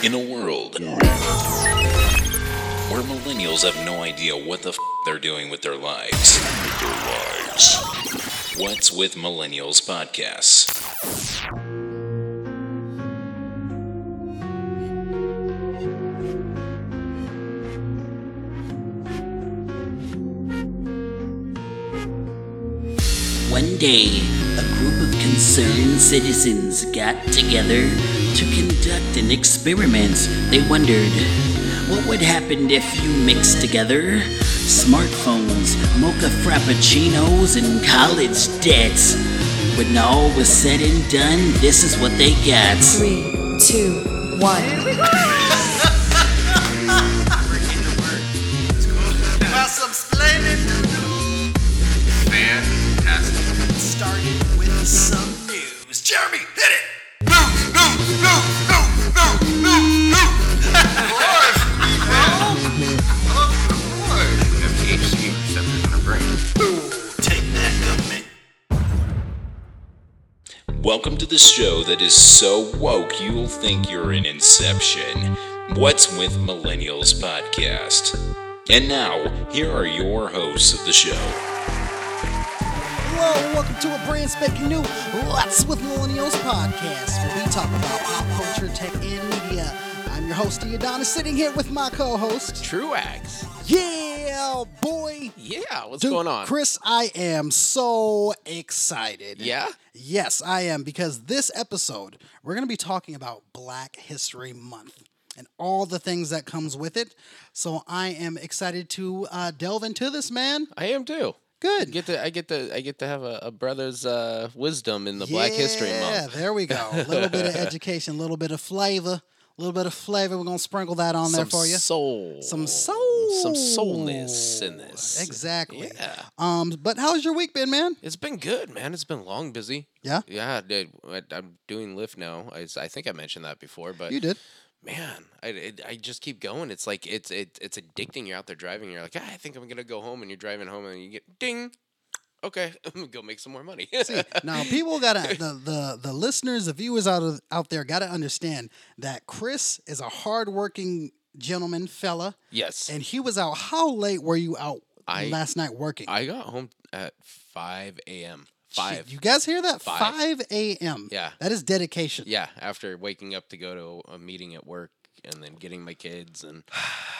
In a world where millennials have no idea what the f they're doing with their lives. What's with Millennials podcasts? One day, a group of concerned citizens got together to conduct an experiment. They wondered what would happen if you mixed together smartphones, mocha frappuccinos, and college debts. When all was said and done, this is what they got. Three, two, one. About some splendid Fantastic. Started with some news. Jeremy, hit it! News, news, news, news, news, news, news. Of course, bro. Of course. THC receptors in our brain. Ooh, take that, government. Welcome to the show that is so woke you'll think you're in Inception. What's with Millennials podcast? And now, here are your hosts of the show. Hello, and welcome to a brand spanking new What's with Millennials podcast, where we talk about pop culture, tech, and media. I'm your host, Adonis, sitting here with my co-host. Truax. Yeah, boy. Yeah, what's Dude, going on? Chris, I am so excited. Yeah? Yes, I am, because this episode, we're going to be talking about Black History Month and all the things that comes with it. So I am excited to uh, delve into this, man. I am too. Good. I get to I get to I get to have a, a brother's uh, wisdom in the Black History Yeah, Month. there we go. A little bit of education, a little bit of flavor, a little bit of flavor. We're gonna sprinkle that on there Some for you. soul. Some soul. Some soulness in this. Exactly. Yeah. Um. But how's your week been, man? It's been good, man. It's been long, busy. Yeah? Yeah, dude. I, I'm doing Lyft now. I, s- I think I mentioned that before, but You did. man, I, it, I just keep going. It's like it's it, it's addicting. You're out there driving. You're like, "Ah, I think I'm gonna go home, and you're driving home, and you get ding. Okay, I'm gonna go make some more money. Now people gotta the, the the listeners, the viewers out of, out there gotta understand that Chris is a hardworking gentleman fella, yes. and he was out. How late were you out I- last night working? I got home at 5 a.m. Shit, 5. You guys hear that? Five. a.m. Yeah. That is dedication. yeah, after waking up to go to a meeting at work and then getting my kids and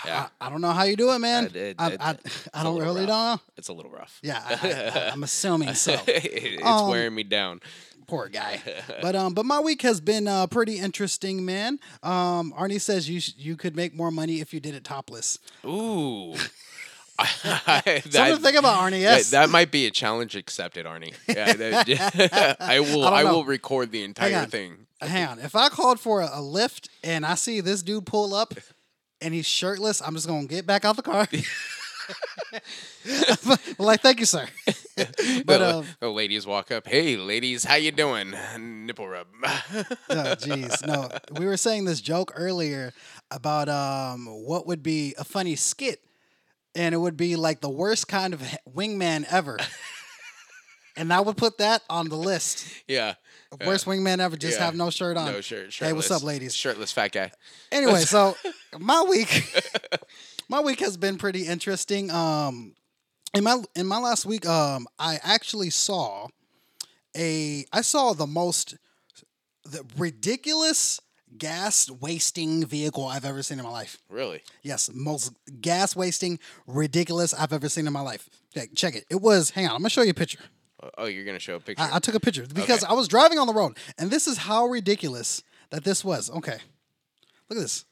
yeah, I don't know how you do it, man. I did- I, I- I, it's I a don't little really rough. know. it's a little rough. Yeah, I, I, I'm assuming so. it's Um, wearing me down. Poor guy. But um, but my week has been uh, pretty interesting, man. Um, Arnie says you sh- you could make more money if you did it topless. Ooh. I, Something to that- think about, Arnie. that- Yes. That, might be a challenge accepted, Arnie. Yeah, that- I will. I don't I, know. will record the entire on. thing. Hang on. If I called for a, a lift and I see this dude pull up and he's shirtless, I'm just gonna get back out the car. like, thank you, sir. but the, um, the ladies walk up. Hey, ladies, how you doing? Nipple rub. Oh jeez, no. We were saying this joke earlier about um what would be a funny skit, and it would be like the worst kind of he- wingman ever. and I would put that on the list. yeah. Worst wingman ever, just Yeah. have no shirt on. No shirt. Shirtless. Um, Hey, what's up, ladies? Shirtless fat guy. anyway, so my week, my week has been pretty interesting. Um, in my in my last week, um, I actually saw a I saw the most the ridiculous gas wasting vehicle I've ever seen in my life. Really? Yes, most gas wasting ridiculous I've ever seen in my life. Okay, check it. It was. Hang on, I'm gonna show you a picture. Oh, Oh, you're gonna show a picture. I, I took a picture because I was driving on the road, and this is how ridiculous that this was. Okay, look at this.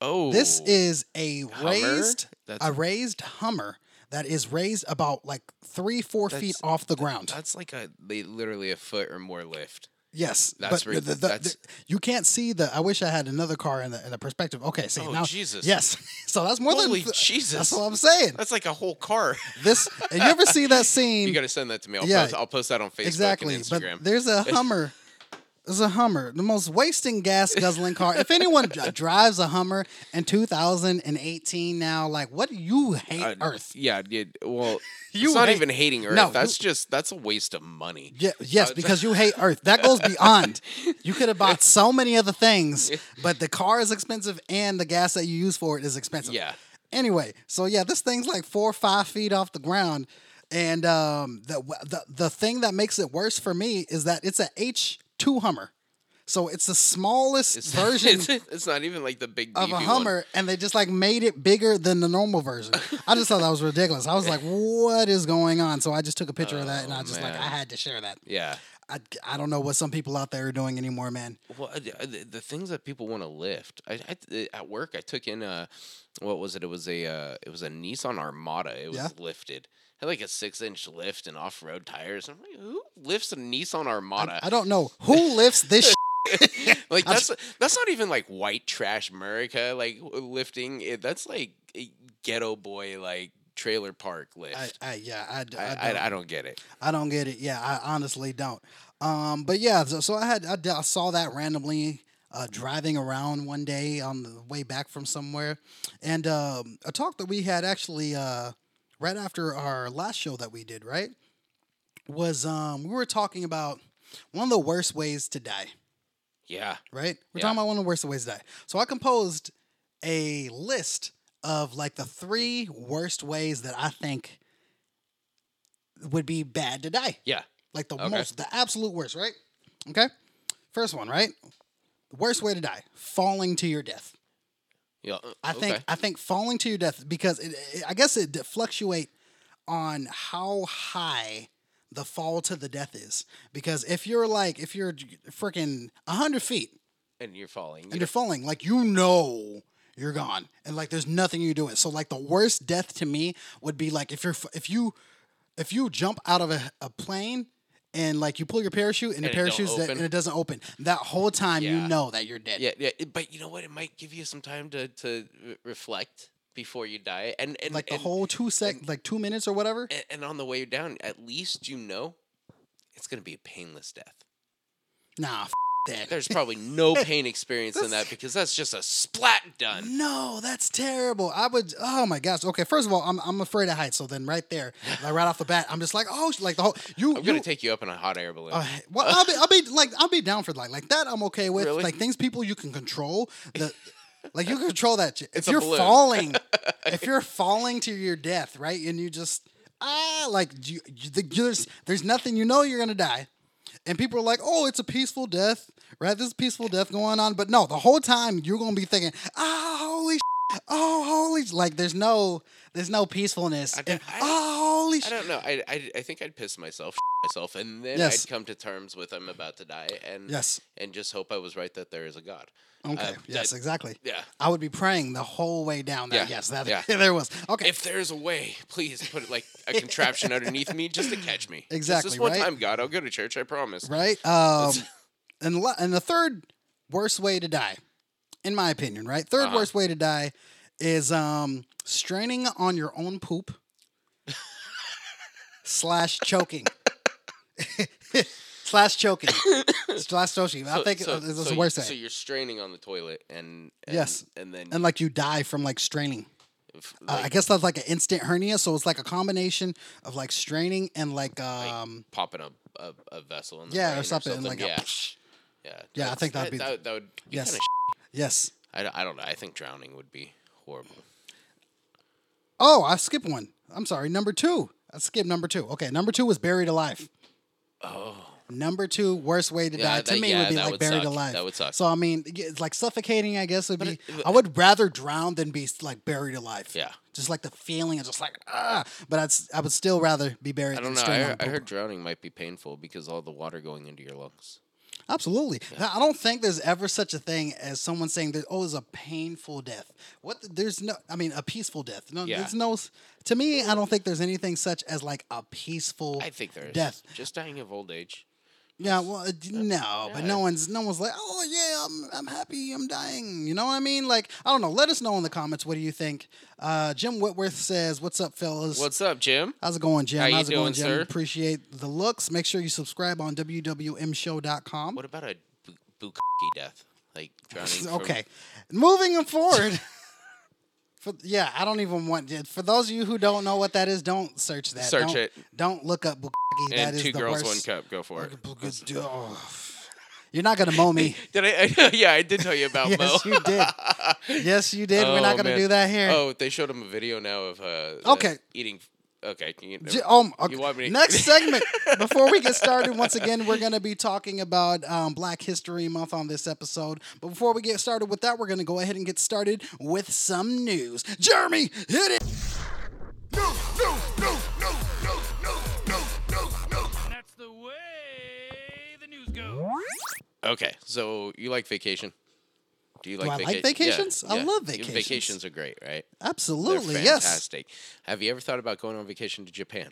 oh, This is a Hummer? raised That's- a raised Hummer that is raised about like three four feet That's- off the ground. Oh, that's like a li- literally a foot or more lift. yes, that's but re- the, the, that's- the- you can't see the. I wish I had another car in the in the perspective. Okay, see Oh, now. Jesus. Yes, so that's more Holy than. Jesus! That's what I'm saying. That's like a whole car. This and you ever see that scene? you gotta send that to me. I'll, Yeah. post, I'll post that on Facebook exactly. and Instagram. But there's a Hummer It's a Hummer, the most wasting gas guzzling car. if anyone dri- drives a Hummer in 2018 now, like, what do you hate Uh, Earth? Yeah, dude. Well, You it's not hate- even hating Earth. No, that's you- just that's a waste of money. Ye- yes, because you hate Earth. That goes beyond. You could have bought so many other things, but the car is expensive and the gas that you use for it is expensive. Yeah. Anyway, so yeah, this thing's like four or five feet off the ground, and um, the the the thing that makes it worse for me is that it's a H two Hummer, so it's the smallest It's, version it's, it's not even like the big of a beefy Hummer, One. and they just like made it bigger than the normal version. I just thought that was ridiculous. I was like, what is going on? So I just took a picture of that, and I was just like, Oh, man. I had to share that. Yeah. I, I don't know what some people out there are doing anymore, man. Well, uh, the, the- the things that people want to lift. I, I th- at work I took in a what was it? It was a uh, it was a Nissan Armada. It was Yeah. lifted. Had like a six inch lift and off road tires. I'm like, who lifts a Nissan I, Armada? I don't know who lifts this. shit? like I'm that's that's not even like white trash America like w- lifting. It, that's like a ghetto boy like trailer park lift. I, I, yeah, I, d- I, I don't, I, I don't get it. I don't get it. Yeah, I honestly don't. Um, but yeah, so, so I had I, d- I saw that randomly uh, driving around one day on the way back from somewhere, and um, a talk that we had actually uh, right after our last show that we did right was um, we were talking about one of the worst ways to die. Yeah. right? We're Yeah. talking about one of the worst ways to die. So I composed a list of like the three worst ways that I think would be bad to die. Yeah. Like the Okay. most, the absolute worst, right? Okay. First one, right? The worst way to die: falling to your death. Yeah. uh, I think okay. I think falling to your death because it, it, I guess it fluctuate on how high the fall to the death is. Because if you're like if you're freaking hundred feet, and you're falling. and You you're falling. Like you know you're gone, and like there's nothing you do it. So like the worst death to me would be like if you're f- if you if you jump out of a, a plane and like you pull your parachute and, the And it don't parachute's that, open? and it doesn't open. That whole time you Yeah. know that you're dead. Yeah, yeah, it- but you know what? It might give you some time to to re- reflect before you die, and and Like the and, whole two sec, like two minutes or whatever. and, and on the way down, at least you know it's gonna be a painless death. Nah, f- that. There's probably no pain experienced in that because that's just a splat done. No, that's terrible. I would. Oh my gosh. Okay, first of all, I'm, I'm afraid of heights. So then, right there, like right off the bat, I'm just like, oh, sh- like the whole you. I'm gonna you- take you up in a hot air balloon. Uh, well, I'll be, I'll be like, I'll be down for like, like that. I'm okay with Really? like things people you can control. The, like you can control that. shit. If a you're balloon. falling, if you're falling to your death, right, and you just ah, like you, you, the, there's there's nothing you know you're gonna die, and people are like, oh, it's a peaceful death, right? This is peaceful death going on, but no, the whole time you're gonna be thinking, ah, holy. sh- Oh holy! sh-" Like there's no, there's no peacefulness. I don't- And, I don't- oh holy! I sh- don't know. I, I I think I'd piss myself myself, and then Yes. I'd come to terms with I'm about to die, and Yes. and just hope I was right that there is a god. Okay. uh, yes. that- exactly. Yeah. I would be praying the whole way down there. Yeah, Yes, that yeah. there was. Okay. If there's a way, please put like a contraption underneath me just to catch me. Just Exactly, this one right? time, God, I'll go to church. I promise. right? Um and la- and the third worst way to die in my opinion, right? 3rd Uh-huh. worst way to die is um straining on your own poop slash choking. slash choking. slash choking. I think it's the you- worst So thing. you're straining on the toilet, and, and Yes. and then and like you die from like straining. f- Uh, I like, guess that's like an instant hernia, so it's like a combination of like straining and like um popping a, a, a vessel in the Yeah, or brain something, like a yeah. yeah, Yeah, I that's- think that'd that, be- that, would- that would be Yes. kind yes. of. I, I don't know. I think drowning would be horrible. Oh, I skipped one. I'm sorry. Number two. I skipped number two. Okay, number two was buried alive. Oh. Number two, worst way to Yeah, die to that- me yeah, would be that like would buried suck. alive. That would suck. So I mean, yeah, it's like suffocating. I guess would be. I would rather drown than be like buried alive. Yeah. Just like the feeling of just like ah, but I'd s- I would still rather be buried. I than don't know. straight I, on heard- I poop. heard drowning might be painful because all the water going into your lungs. Absolutely. Now, I don't think there's ever such a thing as someone saying there's always a painful death. What the- there's no I mean a peaceful death. No Yeah. there's no s- to me I don't think there's anything such as like a peaceful I think there is death. just dying of old age. Yeah, well uh, d- no, but no one's no one's like, "Oh yeah, I'm I'm happy I'm dying." You know what I mean? Like, I don't know. Let us know in the comments what do you think. Uh Jim Whitworth says, "What's up, fellas?" What's up, Jim? How's it going, Jim? How you How's it going, doing, Jim? sir? Appreciate the looks. Make sure you subscribe on wwmshow.com. What about a bukkake death, like drowning. from- okay. Moving forward. For, yeah, I don't even want. For those of you who don't know what that is, don't search that. Search Don't- it. Don't look up Bukaki. That and is two the girls, worst. one cup. Go for it. Oh. You're not gonna mow me. Did I? yeah, I did tell you about Mo. yes, you did. Yes, you did. We're not Oh, gonna man. do that here. Oh, they showed him a video now of uh, that Okay. eating. Okay, can you, J- um, okay. you want me? to- Next segment. Before we get started, once again, we're going to be talking about um, Black History Month on this episode. But before we get started with that, we're going to go ahead and get started with some news. Jeremy, hit it. No, no, no, no, no, no, no, no, no. That's the way the news goes. Okay, so you like vacation? Do you like? oh. I like vaca- vacations? I love Your vacations. Vacations are great, right? They're Absolutely, yes. fantastic. Have you ever thought about going on vacation to Japan?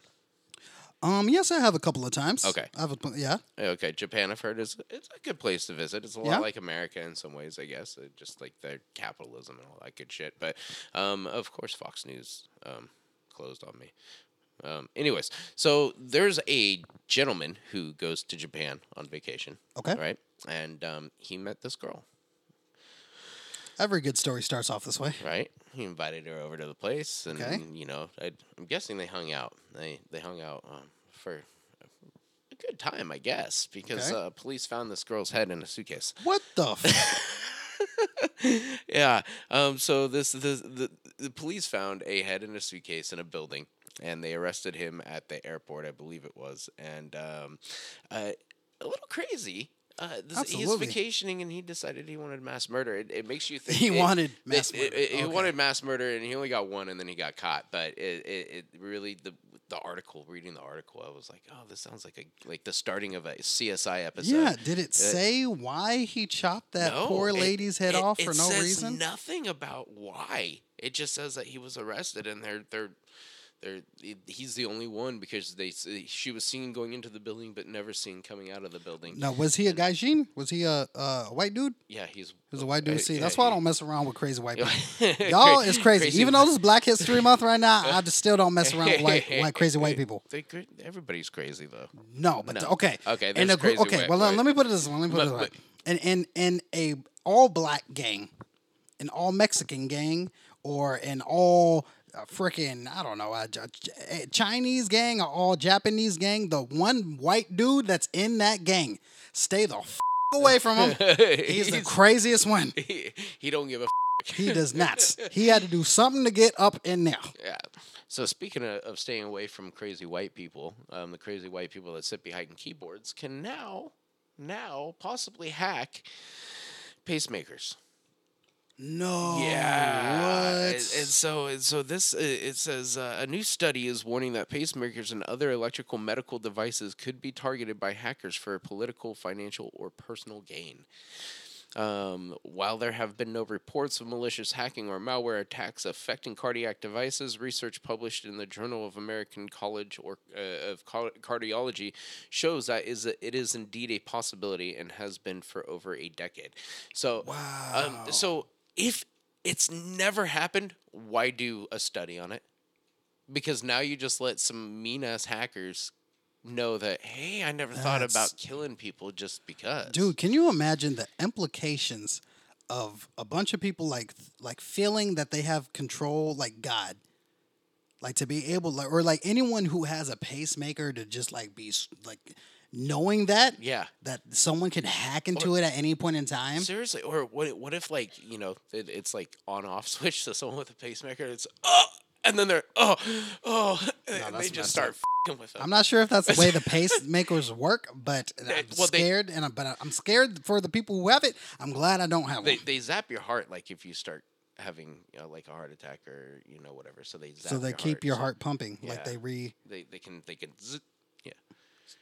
Um, yes, I have a couple of times. Okay. I have a, yeah. Okay, Japan, I've heard is it's a good place to visit. It's a lot Yeah. like America in some ways, I guess. It just like their capitalism and all that good shit. But um, of course, Fox News um, closed on me. Um, anyways, so there's a gentleman who goes to Japan on vacation. Okay. right, and um, he met this girl. Every good story starts off this way. right? He invited her over to the place, and Okay. you know, I, I'm guessing they hung out. They they hung out um, for a good time, I guess, because Okay. uh, police found this girl's head in a suitcase. What the? F- Yeah. Um. So this this the the police found a head in a suitcase in a building, and they arrested him at the airport, I believe it was, and um, uh, a little crazy. Uh, this, he's Absolutely. vacationing and he decided he wanted mass murder. It, it makes you think He it- wanted it- mass it- murder. it- He Okay. wanted mass murder and he only got one and then he got caught. But it, it, it really the the article reading the article, I was like, oh, this sounds like a like the starting of a CSI episode. yeah. Did it say why he chopped that Uh, No, poor it- lady's head it- off it for no says reason? Nothing about why. It just says that he was arrested and they're they're they're it- he's the only one because they s- she was seen going into the building but never seen coming out of the building. Now, was he a gaijin? Was he a, a white dude? Yeah, he's Because a white dude. uh, See, yeah, that's why I he- don't mess around with crazy white people. Y'all is crazy. Crazy Even though this is Black History Month right now, I just still don't mess around with white, white crazy white people. They cra- everybody's crazy though. No, but No. okay. Okay, In there's a group. crazy Okay. white- well, white- let me put it this way. Let me put it But- this way. but- In in in a all black gang, an all Mexican gang, or an all uh, freaking I don't know a, a- a Chinese gang or all Japanese gang, the one white dude that's in that gang, stay the f- away from him. He's the craziest one. he, he don't give a He does not. He had to do something to get up in there. Yeah. So speaking of, of staying away from crazy white people, um, the crazy white people that sit behind keyboards can now, now possibly hack pacemakers. No. And, What? and so, and so this uh, it says uh, a new study is warning that pacemakers and other electrical medical devices could be targeted by hackers for political, financial, or personal gain. Um, while there have been no reports of malicious hacking or malware attacks affecting cardiac devices, research published in the Journal of American College or, uh, of Car- Cardiology shows that is a, it is indeed a possibility and has been for over a decade. So, um, so if it's never happened, why do a study on it? Because now you just let some mean ass hackers know that hey, I never thought That's- about killing people just because, Dude, can you imagine the implications of a bunch of people like like feeling that they have control like God? Like to be able like or like anyone who has a pacemaker to just like be s- like knowing that Yeah. that someone can hack into it at any point in time. Seriously, or what? What if like you know it, it's like on off switch? So someone with a pacemaker, it's oh, and then they're oh, oh, and that's they just messed start up. fing with them. I'm not sure if that's the way the pacemakers work, but I'm well, they- scared and I'm, but I'm scared for the people who have it. I'm glad I don't have they one. they zap your heart like if you start having you know, like a heart attack or you know whatever. So they zap so they your keep heart. your so heart pumping Yeah. like they re They they can they can zzz, yeah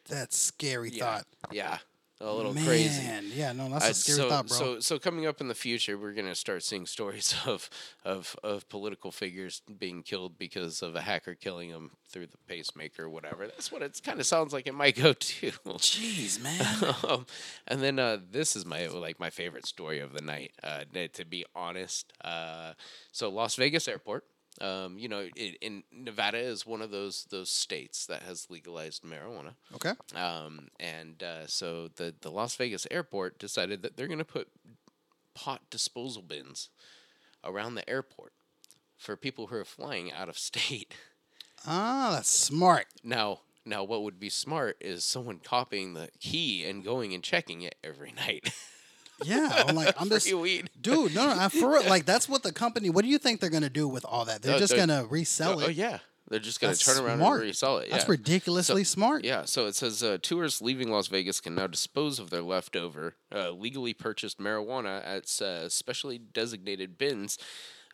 that's scary yeah thought. yeah a little Man, crazy. yeah, no, that's I- a scary so, thought, bro. so so coming up in the future, we're gonna start seeing stories of of of political figures being killed because of a hacker killing them through the pacemaker or whatever. That's what it kind of sounds like it might go to. Jeez, man. um, and then uh, this is my like my favorite story of the night. Uh, n- to be honest, uh, so Las Vegas airport. Um, you know, it, in Nevada is one of those those states that has legalized marijuana. Okay. Um, and uh, so the, the Las Vegas airport decided that they're going to put pot disposal bins around the airport for people who are flying out of state. Ah, that's smart. Now, now what would be smart is someone copying the key and going and checking it every night. Yeah, I'm like I'm just Free weed. dude. No, no, I, for real, like that's what the company. What do you think they're gonna do with all that? They're Oh, just they're- gonna resell oh, it. oh, yeah. They're just going to That's turn around smart. and resell it. Yeah. That's ridiculously smart. Yeah, so it says uh, tourists leaving Las Vegas can now dispose of their leftover uh, legally purchased marijuana at uh, specially designated bins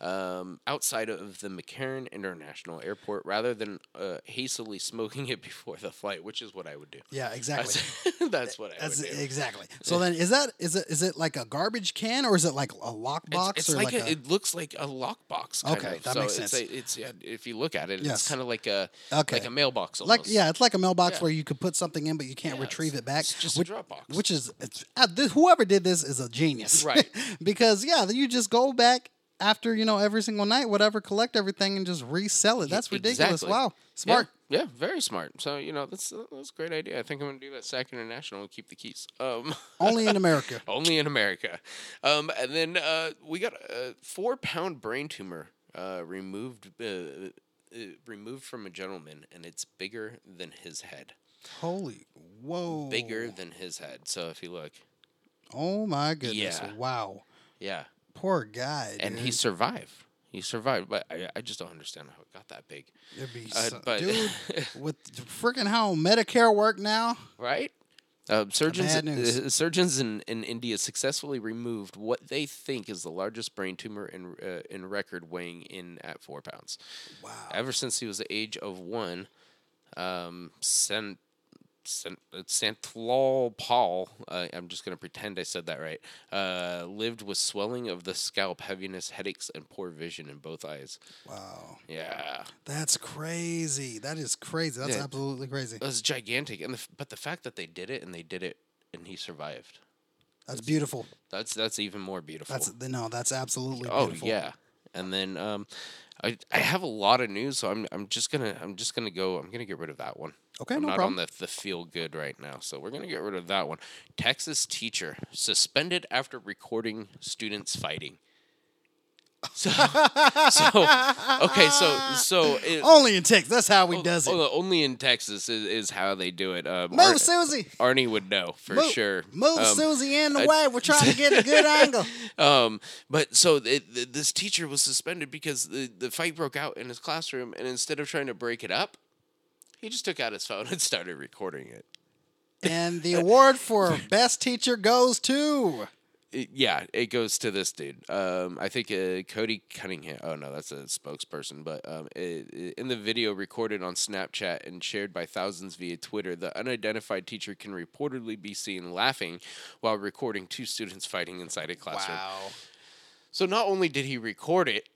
um, outside of the McCarran International Airport rather than uh, hastily smoking it before the flight, which is what I would do. Yeah, exactly. That's, that's what I That's would do. exactly. So then, is that is it is it like a garbage can or is it like a It's, lockbox it's or like, like, a, it looks like a lockbox. Kind Okay, of. that so makes it's sense. A, it's yeah, if you look at it, Yes. it's kind of like a Okay. like a mailbox. a Almost. like yeah, it's like a mailbox Yeah. where you could put something in but you can't Yeah, retrieve it's- it back. it's just a which, Dropbox. Which is it's, uh, this, whoever did this is a genius, Right. because yeah, then you just go back after you know every single night, whatever, collect everything and just resell it. That's ridiculous. Exactly. Wow, Yeah, smart. Yeah, very smart. So you know that's that's a great idea. I think I'm gonna do that. Sac International and keep the keys. Um, Only in America. only in America. Um, and then uh, we got a four pound brain tumor uh, removed uh, uh, removed from a gentleman, and it's bigger than his head. Holy whoa! Bigger than his head. So if you look, Oh my goodness! Yeah. Wow. yeah, Poor guy. and dude. he survived. He survived, but I, I just don't understand how it got that big, It'd be Uh, so- but- dude with freaking how Medicare work now. right? Um, surgeons, Bad news. uh, surgeons in, in India successfully removed what they think is the largest brain tumor in uh, in record, weighing in at four pounds. Wow. Ever since he was the age of one, um, Sen, Sen, uh, Santlal Paul, uh, I'm just going to pretend I said that right, uh, lived with swelling of the scalp, heaviness, headaches, and poor vision in both eyes. Wow. Yeah. That's crazy. That is crazy. That's Yeah. Uh, absolutely crazy. It was gigantic. and the, f- But the fact that they did it and they did it and he survived, That's beautiful. that's, that's even more beautiful. That's no, that's absolutely Oh beautiful. yeah, and then um, I I have a lot of news, so I'm I'm just gonna I'm just gonna go. I'm gonna get rid of that one. Okay, I'm no not problem. on the the feel good right now, so we're gonna get rid of that one. Texas teacher suspended after recording students fighting. So, so okay, so so it, Only in Texas. That's how we Oh, does it. o- only in Texas is, is how they do it. Um, Move, Ar- Susie. Arnie would know for move, sure. Move Um, Susie in the I- way. We're trying to get a good angle. um, but so th th this teacher was suspended because the, the fight broke out in his classroom, and instead of trying to break it up, he just took out his phone and started recording it. And the award for best teacher goes to It- yeah, it goes to this dude. Um, I think uh, Cody Cunningham. Oh no, that's a spokesperson. But um, i i in the video recorded on Snapchat and shared by thousands via Twitter, the unidentified teacher can reportedly be seen laughing while recording two students fighting inside a classroom. So not only did he record it,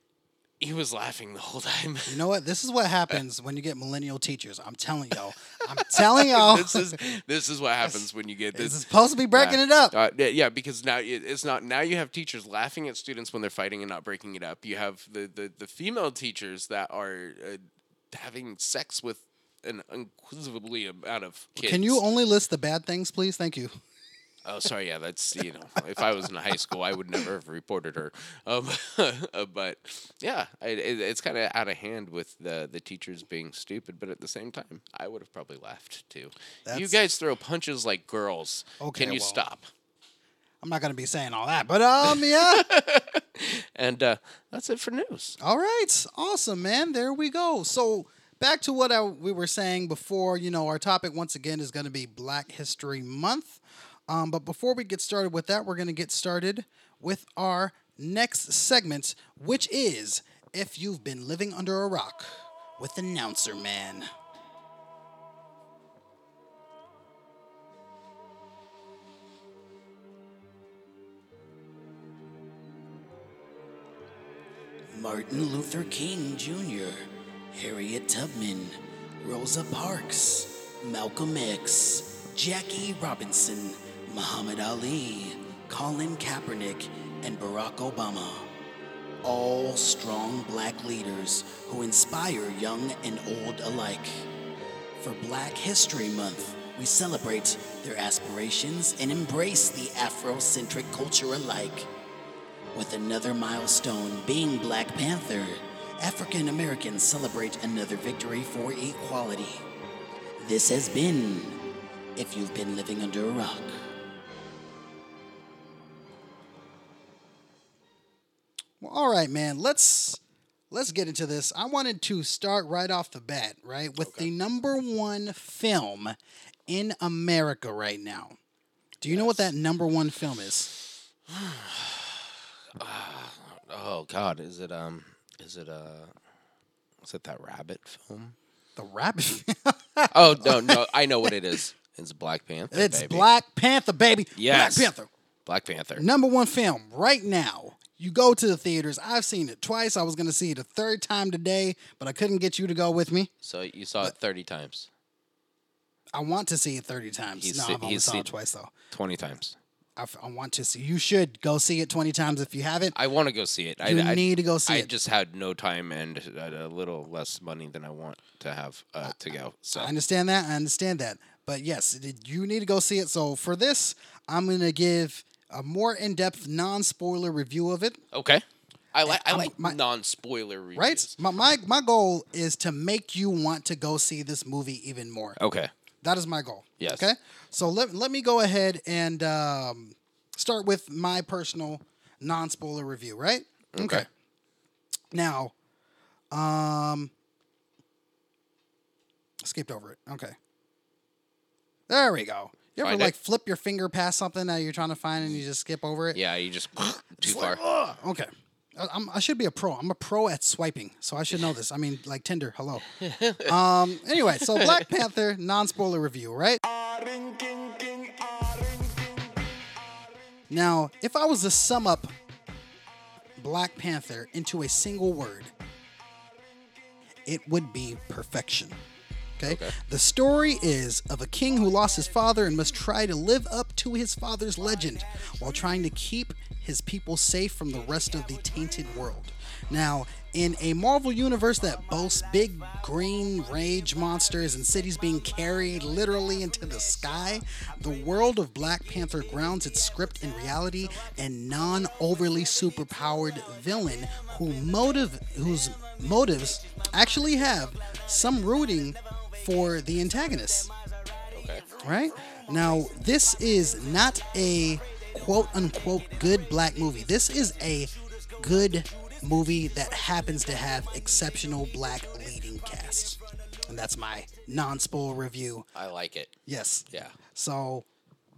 he was laughing the whole time. You know what? This is what happens when you get millennial teachers. I'm telling y'all. I'm telling y'all. this is this is what happens when you get Oh. This this. is supposed to be breaking Yeah. it up. Uh, yeah, yeah, because now it- it's not. Now you have teachers laughing at students when they're fighting and not breaking it up. You have the the, the female teachers that are uh, having sex with an unquestionably amount of kids. Can you only list the bad things, please? Thank you. Oh, sorry. Yeah, that's you know, if I was in high school, I would never have reported her. Um, uh, but yeah, it, it, it's kind of out of hand with the the teachers being stupid. But at the same time, I would have probably laughed too. You That's- guys throw punches like girls. Okay, Can you well. stop? I'm not going to be saying all that, but um, yeah. And uh, that's it for news. all right, awesome, man. There we go. So back to what I, we were saying before. You know, our topic once again is going to be Black History Month. Um, but before we get started with that, we're going to get started with our next segment, which is if you've been living under a rock with announcer man. Martin Luther King Jr., Harriet Tubman, Rosa Parks, Malcolm X, Jackie Robinson, Muhammad Ali, Colin Kaepernick, and Barack Obama. all strong black leaders who inspire young and old alike. For Black History Month, we celebrate their aspirations and embrace the Afrocentric culture alike. With another milestone being Black Panther, African Americans celebrate another victory for equality. This has been If You've Been Living Under a Rock. Well, all right, man. Let's let's get into this. I wanted to start right off the bat, right, with the number one film in America right now. Do you know what that number one film is? Oh God, is it um, is it uh, is it that rabbit film? The Rabbit. Oh no, no, I know what it is. It's Black Panther. it's baby. Black Panther, baby. Yes. Black Panther. Black Panther. Number one film right now. You go to the theaters. I've seen it twice. I was going to see it a third time today, but I couldn't get you to go with me. So you saw it thirty times, I want to see it 30 times. He's no, se- I've only he's saw seen- it twice, though. twenty times. I, f- I want to see. You should go see it 20 times if you haven't. I want to go see it. You I, I need to go see I it. just had no time and a a little less money than I want to have uh, to go. So I understand that. I understand that. But yes, it- you need to go see it. So for this, I'm going to give a more in depth, non spoiler review of it. okay, I like I I'm- like my- non-spoiler reviews. Right? My, my, my goal is to make you want to go see this movie even more. Okay. That is my goal. Oh. Yes. Okay. So let, let me go ahead and um, start with my personal non spoiler review, right? Okay. Now, um, skipped over it. Okay. There we go. You ever Find it? like flip your finger past something that you're trying to find and you just skip over it? Yeah, you just too It's like, far. "Ugh." Uh, Okay. I- I'm, I should be a pro. I'm a pro at swiping, so I should know this. I mean, like Tinder. Hello. Um. Anyway, so Black Panther non-spoiler review, right? Now, if I was to sum up Black Panther into a single word, it would be perfection. Okay? The story is of a king who lost his father and must try to live up to his father's legend while trying to keep his people safe from the rest of the tainted world. Now, in a Marvel universe that boasts big green rage monsters and cities being carried literally into the sky, the world of Black Panther grounds its script in reality and non overly superpowered villain who motive whose motives actually have some rooting for the antagonist. Okay. Right? Now, this is not a quote unquote good black movie. This is a good movie that happens to have exceptional black leading cast. And that's my non spoil review. I like it. Yes. Yeah. So,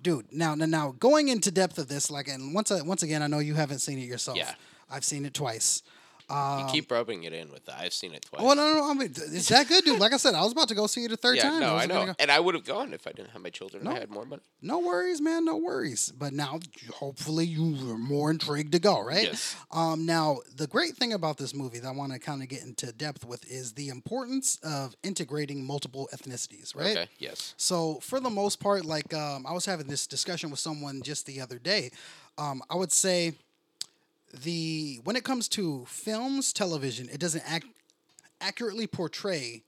dude, now now now going into depth of this, like, and once I, once again, I know you haven't seen it yourself. Yeah. I've seen it twice. Um, you keep rubbing it in with that. I've seen it twice. Well, no, no, no, I mean, th- it's that good, dude. Like I said, I was about to go see it a third yeah, time. no, I wasn't gonna know. go- And I would have gone if I didn't have my children. I had more money. No worries, man. No worries. But now, hopefully, you are more intrigued to go, right? Yes. Um, now, the great thing about this movie that I want to kind of get into depth with is the importance of integrating multiple ethnicities, right? Okay. Yes. So for the most part, like um, I was having this discussion with someone just the other day, um, I would say the when it comes to films, television, it doesn't act accurately portray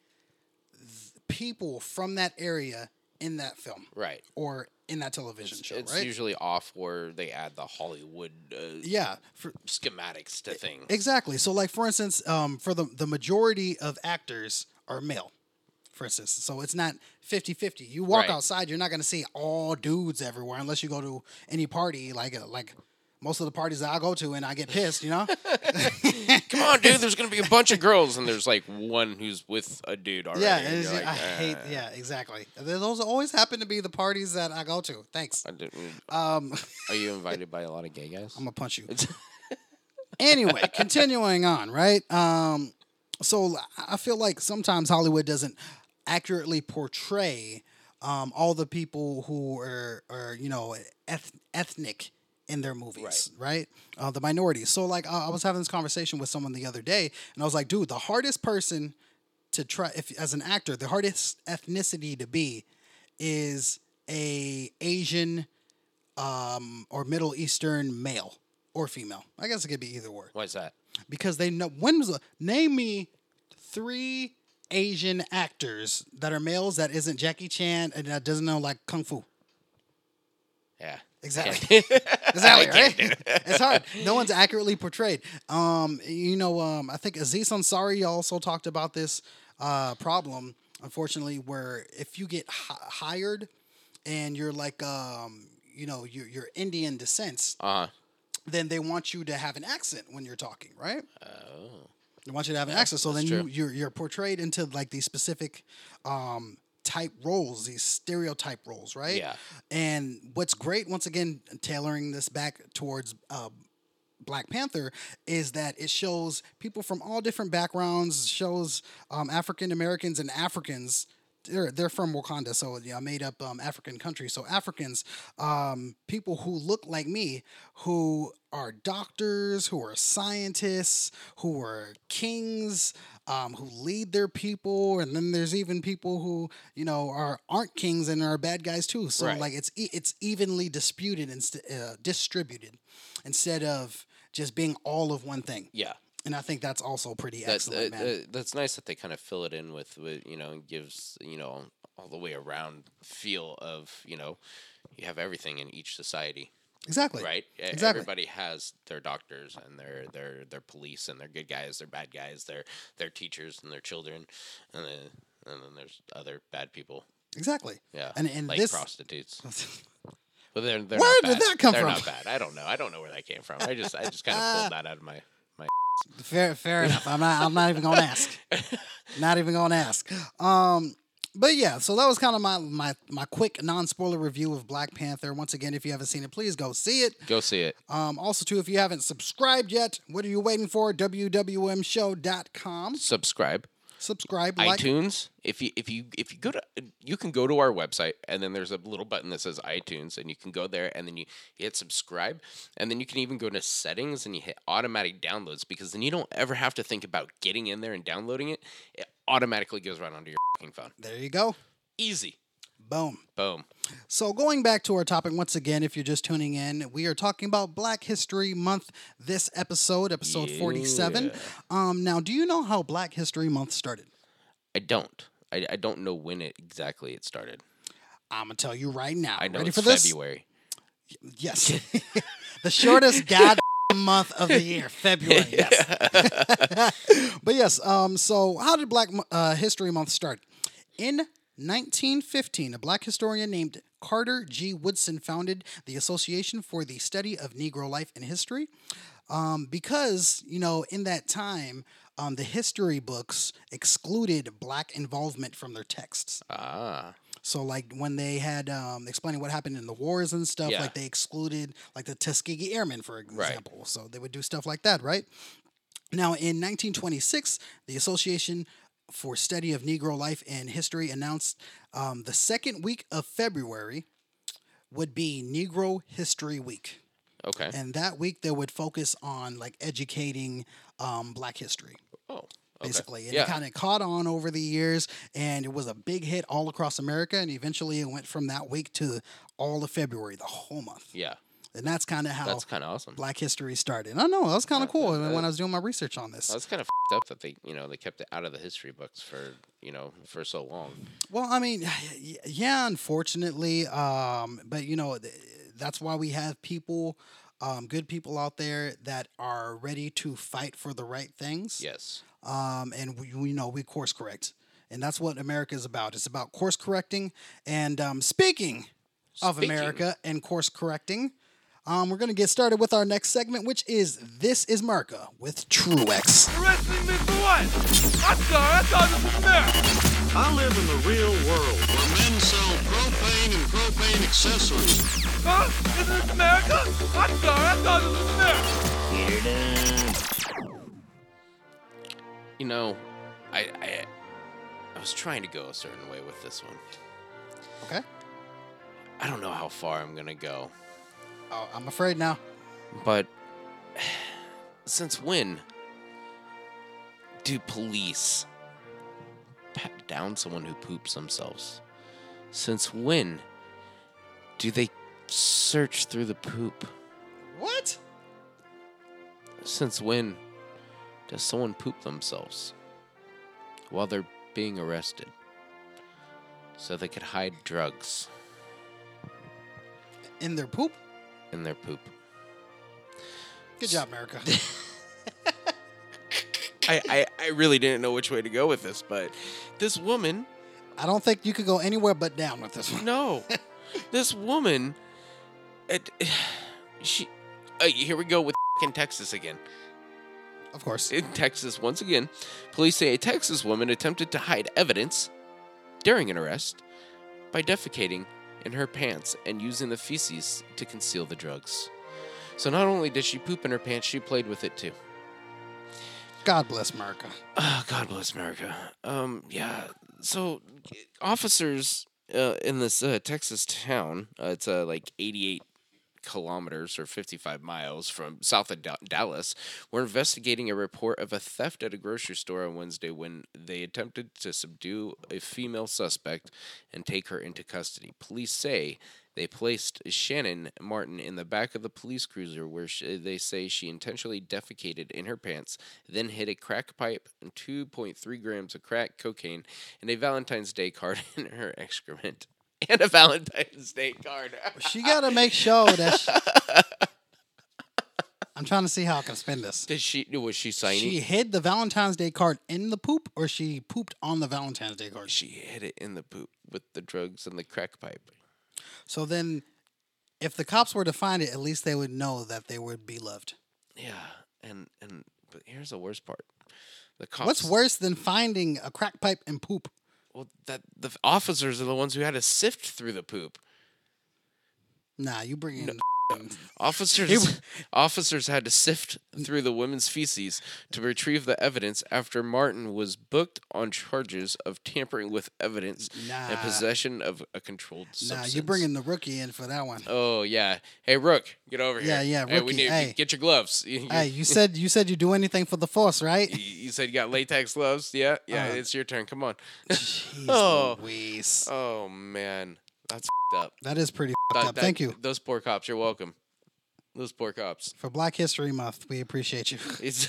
th- people from that area in that film, Right. Or in that television show, It's right? usually off where they add the Hollywood uh, yeah, for, schematics to things. exactly. So like for instance, um, for the the majority of actors are male. For instance, so it's not 50 50. You walk Right. outside, you're not going to see all dudes everywhere unless you go to any party, like uh, like most of the parties that I go to, and I get pissed, you know? Come on, dude. There's gonna be a bunch of girls, and there's like one who's with a dude already. yeah, and it's- you're like, I hate, "Ah." yeah, exactly. Th- Those always happen to be the parties that I go to. Thanks. I didn't- Um, Are you invited by a lot of gay guys? I'm gonna punch you. anyway, continuing on, right? Um, so I feel like sometimes Hollywood doesn't accurately portray um, all the people who are, are you know, eth- ethnic in their movies, right? Uh, the minorities. So like, uh, I was having this conversation with someone the other day, and I was like, dude, the hardest person to try, if as an actor, the hardest ethnicity to be is a Asian um, or Middle Eastern male or female. I guess it could be either or. Why is that? Because they know when was the name me three Asian actors that are males that isn't Jackie Chan and that doesn't know like kung fu. Yeah. Exactly. exactly. Right? it's hard. No one's accurately portrayed. Um, you know, um, I think Aziz Ansari also talked about this uh, problem, unfortunately, where if you get hi- hired and you're like, um, you know, you're, you're Indian descent, Uh then they want you to have an accent when you're talking, right? Oh. They want you to have an accent, so then that's you, true. you're you're portrayed into like these specific um, type roles, these stereotype roles, right? Yeah. And what's great, once again, tailoring this back towards uh, Black Panther, is that it shows people from all different backgrounds, shows um, African Americans and Africans. They're, they're from Wakanda, so yeah, made up um, African country. So Africans, um, people who look like me, who are doctors, who are scientists, who are kings, um, who lead their people, and then there's even people who you know are aren't kings and are bad guys too. So Right. like it's e- it's evenly disputed and uh, distributed instead of just being all of one thing. yeah. And I think that's also pretty That's excellent, uh, man. uh, that's nice that they kind of fill it in with, with you know and gives you know all the way around feel of you know you have everything in each society exactly. right E- Exactly. everybody has their doctors and their their their police and their good guys their bad guys their their teachers and their children and then and then there's other bad people Exactly. yeah And and like this prostitutes but they're, they're Where not did bad. that come they're from? not bad I don't know I don't know where that came from I just I just kind of pulled that out of my my fair fair enough. I'm not I'm not even gonna ask. not even gonna ask. Um but yeah, so that was kind of my my my quick non spoiler review of Black Panther. Once again, if you haven't seen it, please go see it. go see it Um, also, too, if you haven't subscribed yet, what are you waiting for? WWMshow.com. subscribe Subscribe, like, iTunes. If you if you if you go to you can go to our website and then there's a little button that says iTunes and you can go there and then you hit subscribe and then you can even go to settings and you hit automatic downloads because then you don't ever have to think about getting in there and downloading it. It automatically goes right onto your fucking phone. There you go. Easy. Boom. Boom. So, going back to our topic once again, if you're just tuning in, we are talking about Black History Month this episode, episode 47. Um, now, do you know how Black History Month started? I don't. I, I don't know when it exactly it started. I'm going to tell you right now. I know Ready it's for this? February. Yes. the shortest god month of the year, February. Yes. but yes, um, so how did Black Mo- uh, History Month start? In 1915, a black historian named Carter G. Woodson founded the Association for the Study of Negro Life and History um, because, you know, in that time, um, the history books excluded black involvement from their texts. Ah. So like when they had um, explaining what happened in the wars and stuff, Yeah. like they excluded like the Tuskegee Airmen, for example. So they would do stuff like that, right? Now in 1926, the Association for Study of Negro Life and History announced um, the second week of February would be Negro History Week, Okay. and that week they would focus on like educating um, Black history oh. Okay. basically. And yeah. it kind of caught on over the years, and it was a big hit all across America. And eventually, it went from that week to all of February, the whole month. yeah. And that's kind of how That's kind of awesome. Black History started. I know that was kind of cool. And when I was doing my research on this, That's kind of fed up that they, you know, they kept it out of the history books for, you know, for so long. Well, I mean, y- yeah, unfortunately, um, but you know, th- that's why we have people, um, good people out there that are ready to fight for the right things. Yes. um, and we, we know we course correct, and that's what America is about. It's about course correcting. And um, speaking of Speaking. America and course correcting, um, we're gonna get started with our next segment, which is "This Is America" with Truex. Arresting me for what? I thought, I thought this was fair. I live in the real world where men sell propane and propane accessories. Huh? Isn't this America? I thought, I thought this was fair. You know, I, I, I was trying to go a certain way with this one. Okay, I don't know how far I'm gonna go, oh, I'm afraid now. but since when do police pat down someone who poops themselves? Since when do they search through the poop? What? Since when does someone poop themselves while they're being arrested so they could hide drugs in their poop. in their poop? Good job, America. I, I, I really didn't know which way to go with this, but this woman I don't think you could go anywhere but down with this one. No, this woman, it, she. Uh, here we go with in Texas again. Of course. In Texas, once again, police say a Texas woman attempted to hide evidence during an arrest by defecating in her pants and using the feces to conceal the drugs. So not only did she poop in her pants, she played with it too. God bless America. Oh, God bless America. Um, yeah. So, officers uh, in this uh, Texas town, uh, it's uh, like 88 kilometers or 55 miles from south of Da- Dallas, were investigating a report of a theft at a grocery store on Wednesday when they attempted to subdue a female suspect and take her into custody. Police say they placed Shannon Martin in the back of the police cruiser where sh they say she intentionally defecated in her pants, then hid a crack pipe and 2.3 grams of crack cocaine and a Valentine's Day card in her excrement. And a Valentine's Day card. She got to make sure that. She... I'm trying to see how I can spin this. Did she was she signing? She She, hid the Valentine's Day card in the poop, or she pooped on the Valentine's Day card. hid it in the poop with the drugs and the crack pipe. So then, if the cops were to find it, at least they would know that they would be loved. Yeah, and and but here's the worst part. The cops. What's worse than finding a crack pipe and poop? Well, that the officers are the ones who had to sift through the poop. Nah, you bring in. Officers officers had to sift through the woman's feces to retrieve the evidence after Martin was booked on charges of tampering with evidence and Nah. possession of a controlled Nah, substance. you bringing the rookie in for that one. Oh yeah. Hey Rook, get over here. Yeah, yeah, Hey, we Rookie, need hey. get your gloves. You- you- Hey, you said you said you do anything for the force, right? you- you said you got latex gloves. Yeah, yeah. Uh, it's your turn. Come on. Jeez Oh. Louise. Oh man, that's fed up. That is pretty That- fucked up. that- Thank you Those poor cops. You're welcome. Those poor cops. for Black History Month. We appreciate you. It's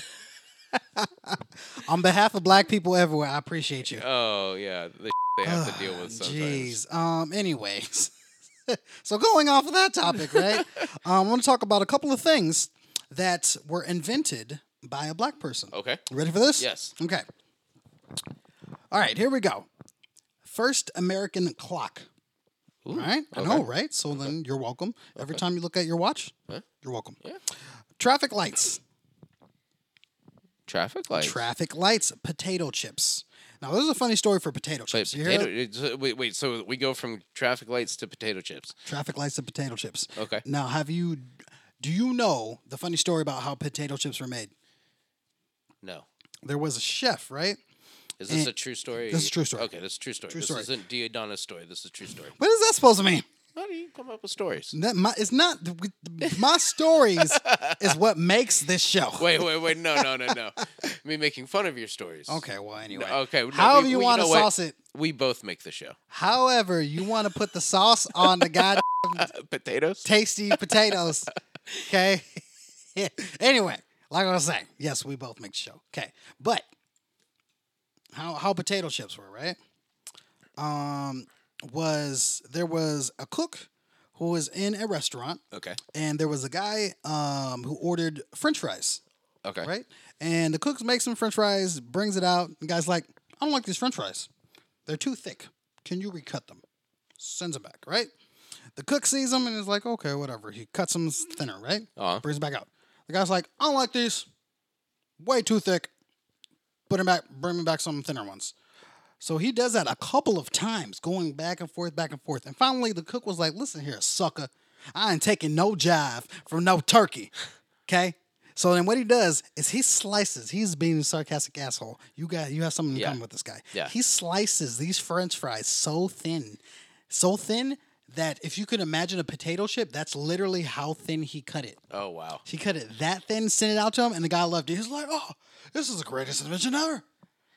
On behalf of Black people everywhere, I appreciate you. oh yeah, the they have to deal with sometimes. Jeez. Um. Anyways, so going off of that topic, right? um, I want to talk about a couple of things that were invented by a black person. Okay. Ready for this? Yes. Okay. All right. Here we go. First American clock. All right. I know, right? So then you're welcome. Every time you look at your watch, you're welcome. Traffic lights. Traffic lights. Traffic lights. Potato chips. Now, this is a funny story for potato Wait, chips. You hear potato, it? it's- wait, wait, so we go from traffic lights to potato chips. Traffic lights and potato chips. Okay. Now, have you? Do you know the funny story about how potato chips were made? No. There was a chef, right? Is this Eh, a true story? this is a true story. Okay, this is a true story. True this story. isn't Diodona's story. This is a true story. What is that supposed to mean? How do you come up with stories? That my, it's not my stories is what makes this show. Wait, wait, wait. No, no, no, no. Me making fun of your stories. Okay, well, anyway. Okay. no, However we- you we- want to know what? sauce it. We both make the show. However you want to put the sauce on the god Potatoes? tasty potatoes. Okay. anyway, like I was saying, yes, we both make the show. Okay, but how how potato chips were right? Um, was there was a cook who was in a restaurant, Okay. and there was a guy um who ordered French fries. Okay. right? And the cook makes some french fries, brings it out. The guy's like, I don't like these french fries. They're too thick. Can you recut them? Sends them back, right? The cook sees them and is like, okay, whatever. He cuts them thinner, right? Uh-huh. Brings it back out. The guy's like, I don't like these. Way too thick. Put 'em back, bring me back some thinner ones. So he does that a couple of times, going back and forth, back and forth. And finally, the cook was like, listen here, sucker. I ain't taking no jive from no turkey. Okay? So then what he does is he slices. He's being a sarcastic asshole. You got you have something in Yeah. common with this guy. Yeah. He slices these french fries so thin. So thin that if you could imagine a potato chip, that's literally how thin he cut it. Oh, wow. She cut it that thin, sent it out to him, and the guy loved it. He was like, "Oh, this is the greatest invention ever.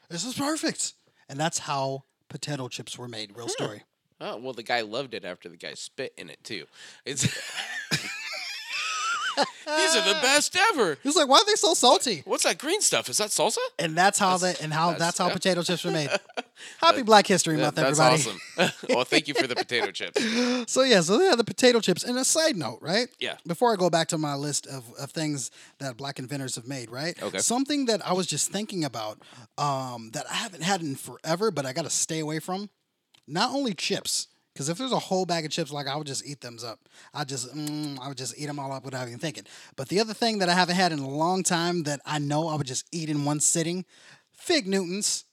This is perfect." And that's how potato chips were made. Real story. Oh, well, the guy loved it after the guy spit in it, too. It's These are the best ever. He was like, why are they so salty? What's that green stuff? Is that salsa? And that's how that and how that's, how potato chips were made. Happy Black History Month, That's everybody. awesome. well, thank you for the potato chips. So yeah, so they had the potato chips. And a side note, right? Yeah. Before I go back to my list of, of things that black inventors have made, right? Okay. Something that I was just thinking about, um, that I haven't had in forever, but I gotta stay away from. Not only chips, because if there's a whole bag of chips, like I would just eat them up. I just mm, I would just eat them all up without even thinking. But the other thing that I haven't had in a long time that I know I would just eat in one sitting, fig Newtons.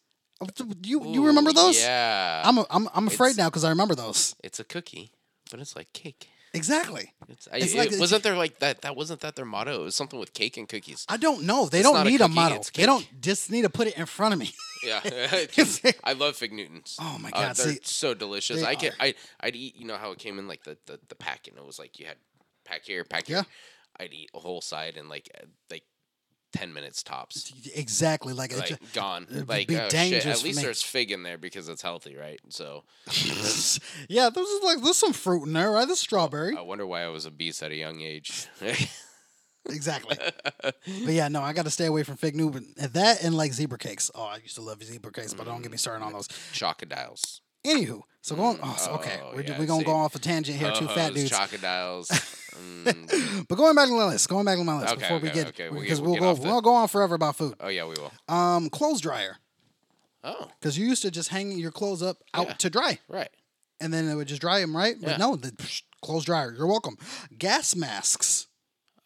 Oh, You you remember Ooh, those? Yeah. I'm I'm, I'm afraid now because I remember those. it's a cookie, but it's like cake. Exactly. It's, I, It's it- like the- wasn't there like that? That wasn't that their motto? It was something with cake and cookies. I don't know. They not don't a need a, cookie, model. it's They don't just need to put it in front of me. Yeah, Just- I love fig Newtons. Oh my Uh, God, they're see, so delicious. they I can are. I I'd eat. You know how it came in like the the, the pack, and it was like you had pack here, pack here. Yeah. I'd eat a whole side in like uh, like ten minutes tops. exactly. Like, it Like gone. it would Like be oh, shit. dangerous At for least me. there's fig in there because it's healthy, right? So ju- yeah, there's just like there's some fruit in there, right? There's strawberry. I wonder why I was obese at a young age. Exactly. but yeah, no, I got to stay away from fig Newton. And That and like zebra cakes. Oh, I used to love zebra cakes, but don't get me Mm. started on those. Chocodiles. Anywho, so going. Oh, so- okay, oh, we're, yeah, we're gonna see. Uh-huh, go off a tangent here. Two fat Ho-hos, dudes. Chocodiles. Mm, But going back to my list. Going back to my list Okay, before we okay, get okay, because we'll we'll, get- we'll get go off the- we'll go on forever about food. oh yeah, we will. Um, clothes dryer Oh because you used to just hang your clothes up out Yeah. to dry. right. and then it would just dry them, right? Yeah. But no, the psh, clothes dryer. You're welcome. Gas masks.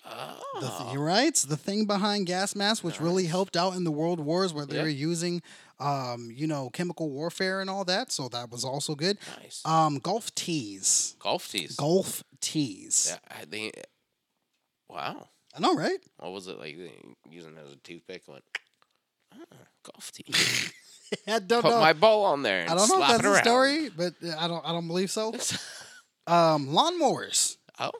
Oh. The th- you're right. It's the thing behind gas masks, which really helped out in the world wars where they Yeah. were using, um, you know, chemical warfare and all that. So that was also good. Nice. Um, golf tees. Golf tees. Golf tees. Yeah, I think. Wow. I know, right? What was it like they- using it as a toothpick? Went "Ah, golf tee. I don't Put know. my ball on there. And I don't know if slap that's it a around. story, but uh, I don't. I don't believe so. um, lawnmowers. Oh,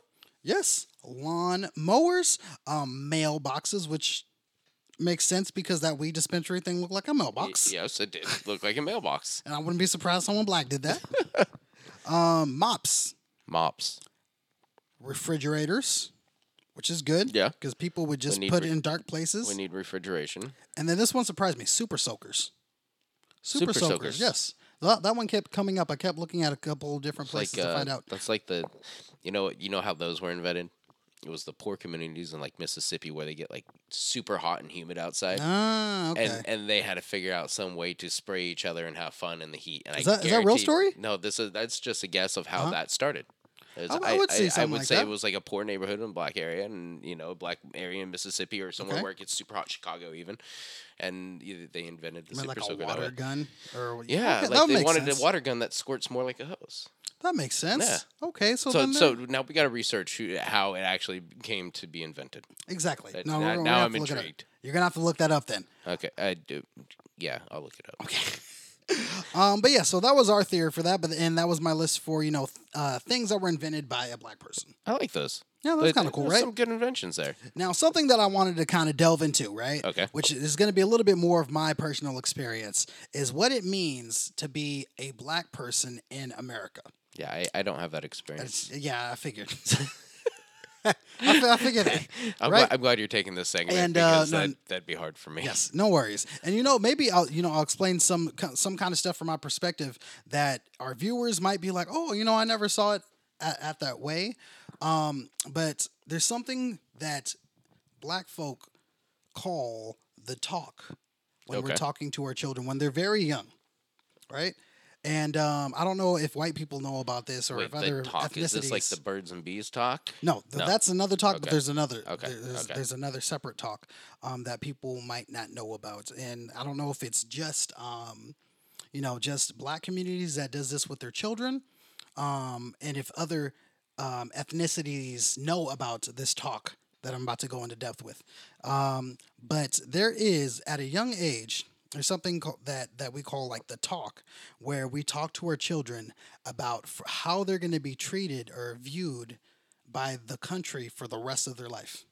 Yes, lawn mowers, um, mailboxes, which makes sense because that weed dispensary thing looked like a y- mailbox, yes, it did look like a mailbox. and I wouldn't be surprised someone black did that. um, mops, Mops. refrigerators, which is good, Yeah. because people would just need put re- it in dark We places. need refrigeration. and then this one surprised me: super soakers, super, Super soakers. soakers. Yes, that, that one kept coming up. I kept looking at a couple of different It's like places uh, to find out. that's like the, you know, you know how those were invented. It was the poor communities in like Mississippi where they get like super hot and humid outside. Ah, okay. and and they had to figure out some way to spray each other and have fun in the heat. And Is I that- is that a real guarantee- story? Uh-huh. No, this is that's just a guess of how that started. It was- I- I would see I something would like say that. it was like a poor neighborhood in a black area, and you know, a black area in Mississippi or somewhere Okay. where it gets super hot, Chicago even, and you- they invented the I mean, super like a soaker. that water way. gun, or Yeah, okay, like that they makes wanted sense. a water gun that squirts more like a hose. That makes sense. Yeah. Okay, so, So, then so so now we got to research who- how it actually came to be invented. exactly. that- No, we're now- gonna- we're now gonna have I'm to look it intrigued. up. You're gonna have to look that up then. Okay, I do. Yeah, I'll look it up. Okay. Um, but yeah, so that was our theory for that. But and that was my list for you know th- uh, things that were invented by a black person. I like those. Yeah, that's But kinda cool, there's right? Some good inventions there. Now, something that I wanted to kind of delve into, right? Okay. Which is going to be a little bit more of my personal experience is what it means to be a black person in America. Yeah, I, I don't have that experience. Yeah, I figured. I, fi- I figured that. I'm, right? glad, I'm glad you're taking this segment And, uh, because no, that, n- that'd be hard for me. Yes, no worries. And you know, maybe I'll you know I'll explain some ki- some kind of stuff from my perspective that our viewers might be like, oh, you know, I never saw it at, at that way. Um, but there's something that black folk call the talk when we're Okay. talking to our children when they're very young, right? And um, I don't know if white people know about this or Wait, if other the talk ethnicities. is this like the birds and bees talk? No, th- that's another talk. But Okay. there's another. Okay, There's, okay. there's another separate talk um, that people might not know about, and I don't know if it's just um, you know just black communities that does this with their children, um, and if other um, ethnicities know about this talk that I'm about to go into depth with. Um, but there is at a young age. There's something called that that we call like the talk, where we talk to our children about f- how they're going to be treated or viewed by the country for the rest of their life.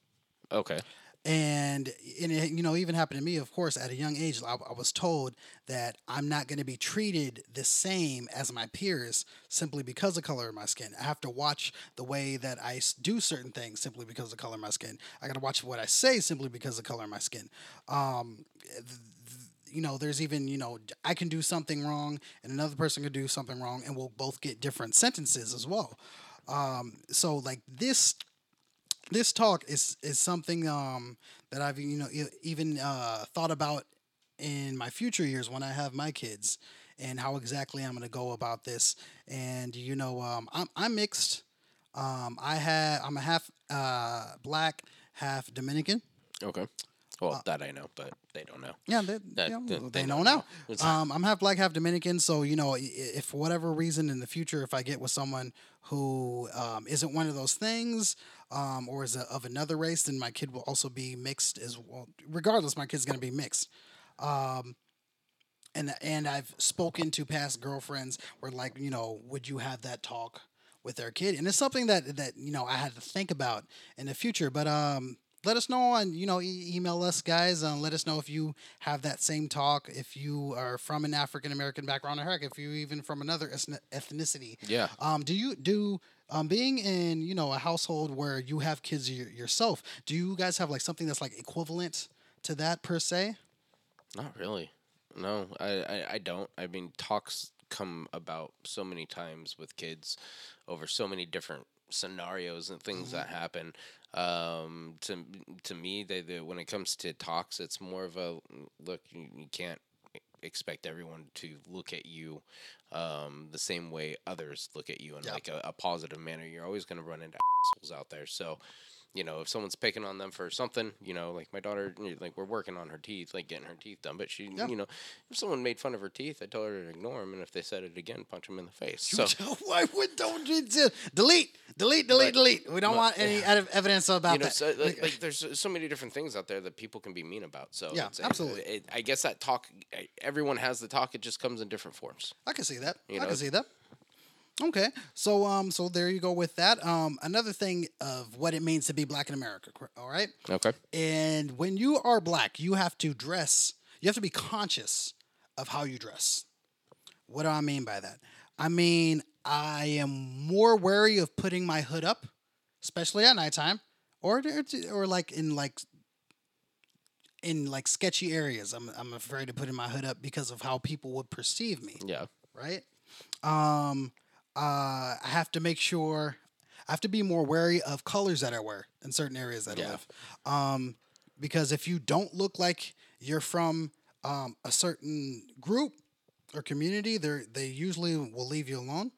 Okay. and and it, you know even happened to me of course at a young age i, I was told that i'm not going to be treated the same as my peers simply because of color of my skin i have to watch the way that i s- do certain things simply because of the color of my skin i got to watch what i say simply because of the color of my skin um, you know, there's even, you know, I can do something wrong and another person could do something wrong and we'll both get different sentences as well. Um, so like this this talk is is something um that I've you know e- even uh thought about in my future years when I have my kids and how exactly I'm going to go about this and you know um I'm I'm mixed um I have I'm a half uh black half Dominican Okay. Well, Uh, that I know, but they don't know. Yeah, they, That- yeah, that- they they know don't now. know. It's- Um, I'm half black, half Dominican. So you know, i- i- if for whatever reason in the future, if I get with someone who um, isn't one of those things, um, or is a, of another race, then my kid will also be mixed as well. Regardless, my kid's gonna be mixed. Um, and and I've spoken to past girlfriends where like you know, would you have that talk with their kid? And it's something that that you know I had to think about in the future. But um, let us know on you know e- email us guys and let us know if you have that same talk if you are from an african american background or heck if you're even from another ethni- ethnicity Yeah. um do you do um being in you know a household where you have kids y- yourself do you guys have like something that's like equivalent to that per se Not really. No, I, I, I don't. I mean, talks come about so many times with kids over so many different scenarios and things that happen. Um, to to me, they, they when it comes to talks, it's more of a look. You, you can't expect everyone to look at you um, the same way others look at you in Yeah. like a, a positive manner. You're always going to run into assholes out there. So, you know, if someone's picking on them for something, you know, like my daughter, you know, like we're working on her teeth, like getting her teeth done, but she, Yeah. you know, if someone made fun of her teeth, I told her to ignore them, and if they said it again, punch them in the face. So, why would don't you just delete delete delete delete we don't want any ev- evidence about you know, that so, like, like there's so- so many different things out there that people can be mean about. So, Yeah, it's- it- absolutely. It, I guess that talk, e, everyone has the talk. It just comes in different forms. I can see that. You I know? can see that. Okay, so um, so there you go with that. Um, another thing of what it means to be black in America. cor- All right, Okay. and when you are black, you have to dress. You have to be conscious of how you dress. What do I mean by that? I mean I am more wary of putting my hood up, especially at nighttime, or or like in like in like sketchy areas. I'm I'm afraid of putting my hood up because of how people would perceive me Yeah. right? Um, uh, I have to make sure I have to be more wary of colors that I wear in certain areas that I Yeah. live. Um, because if you don't look like you're from um, a certain group or community, they they usually will leave you alone.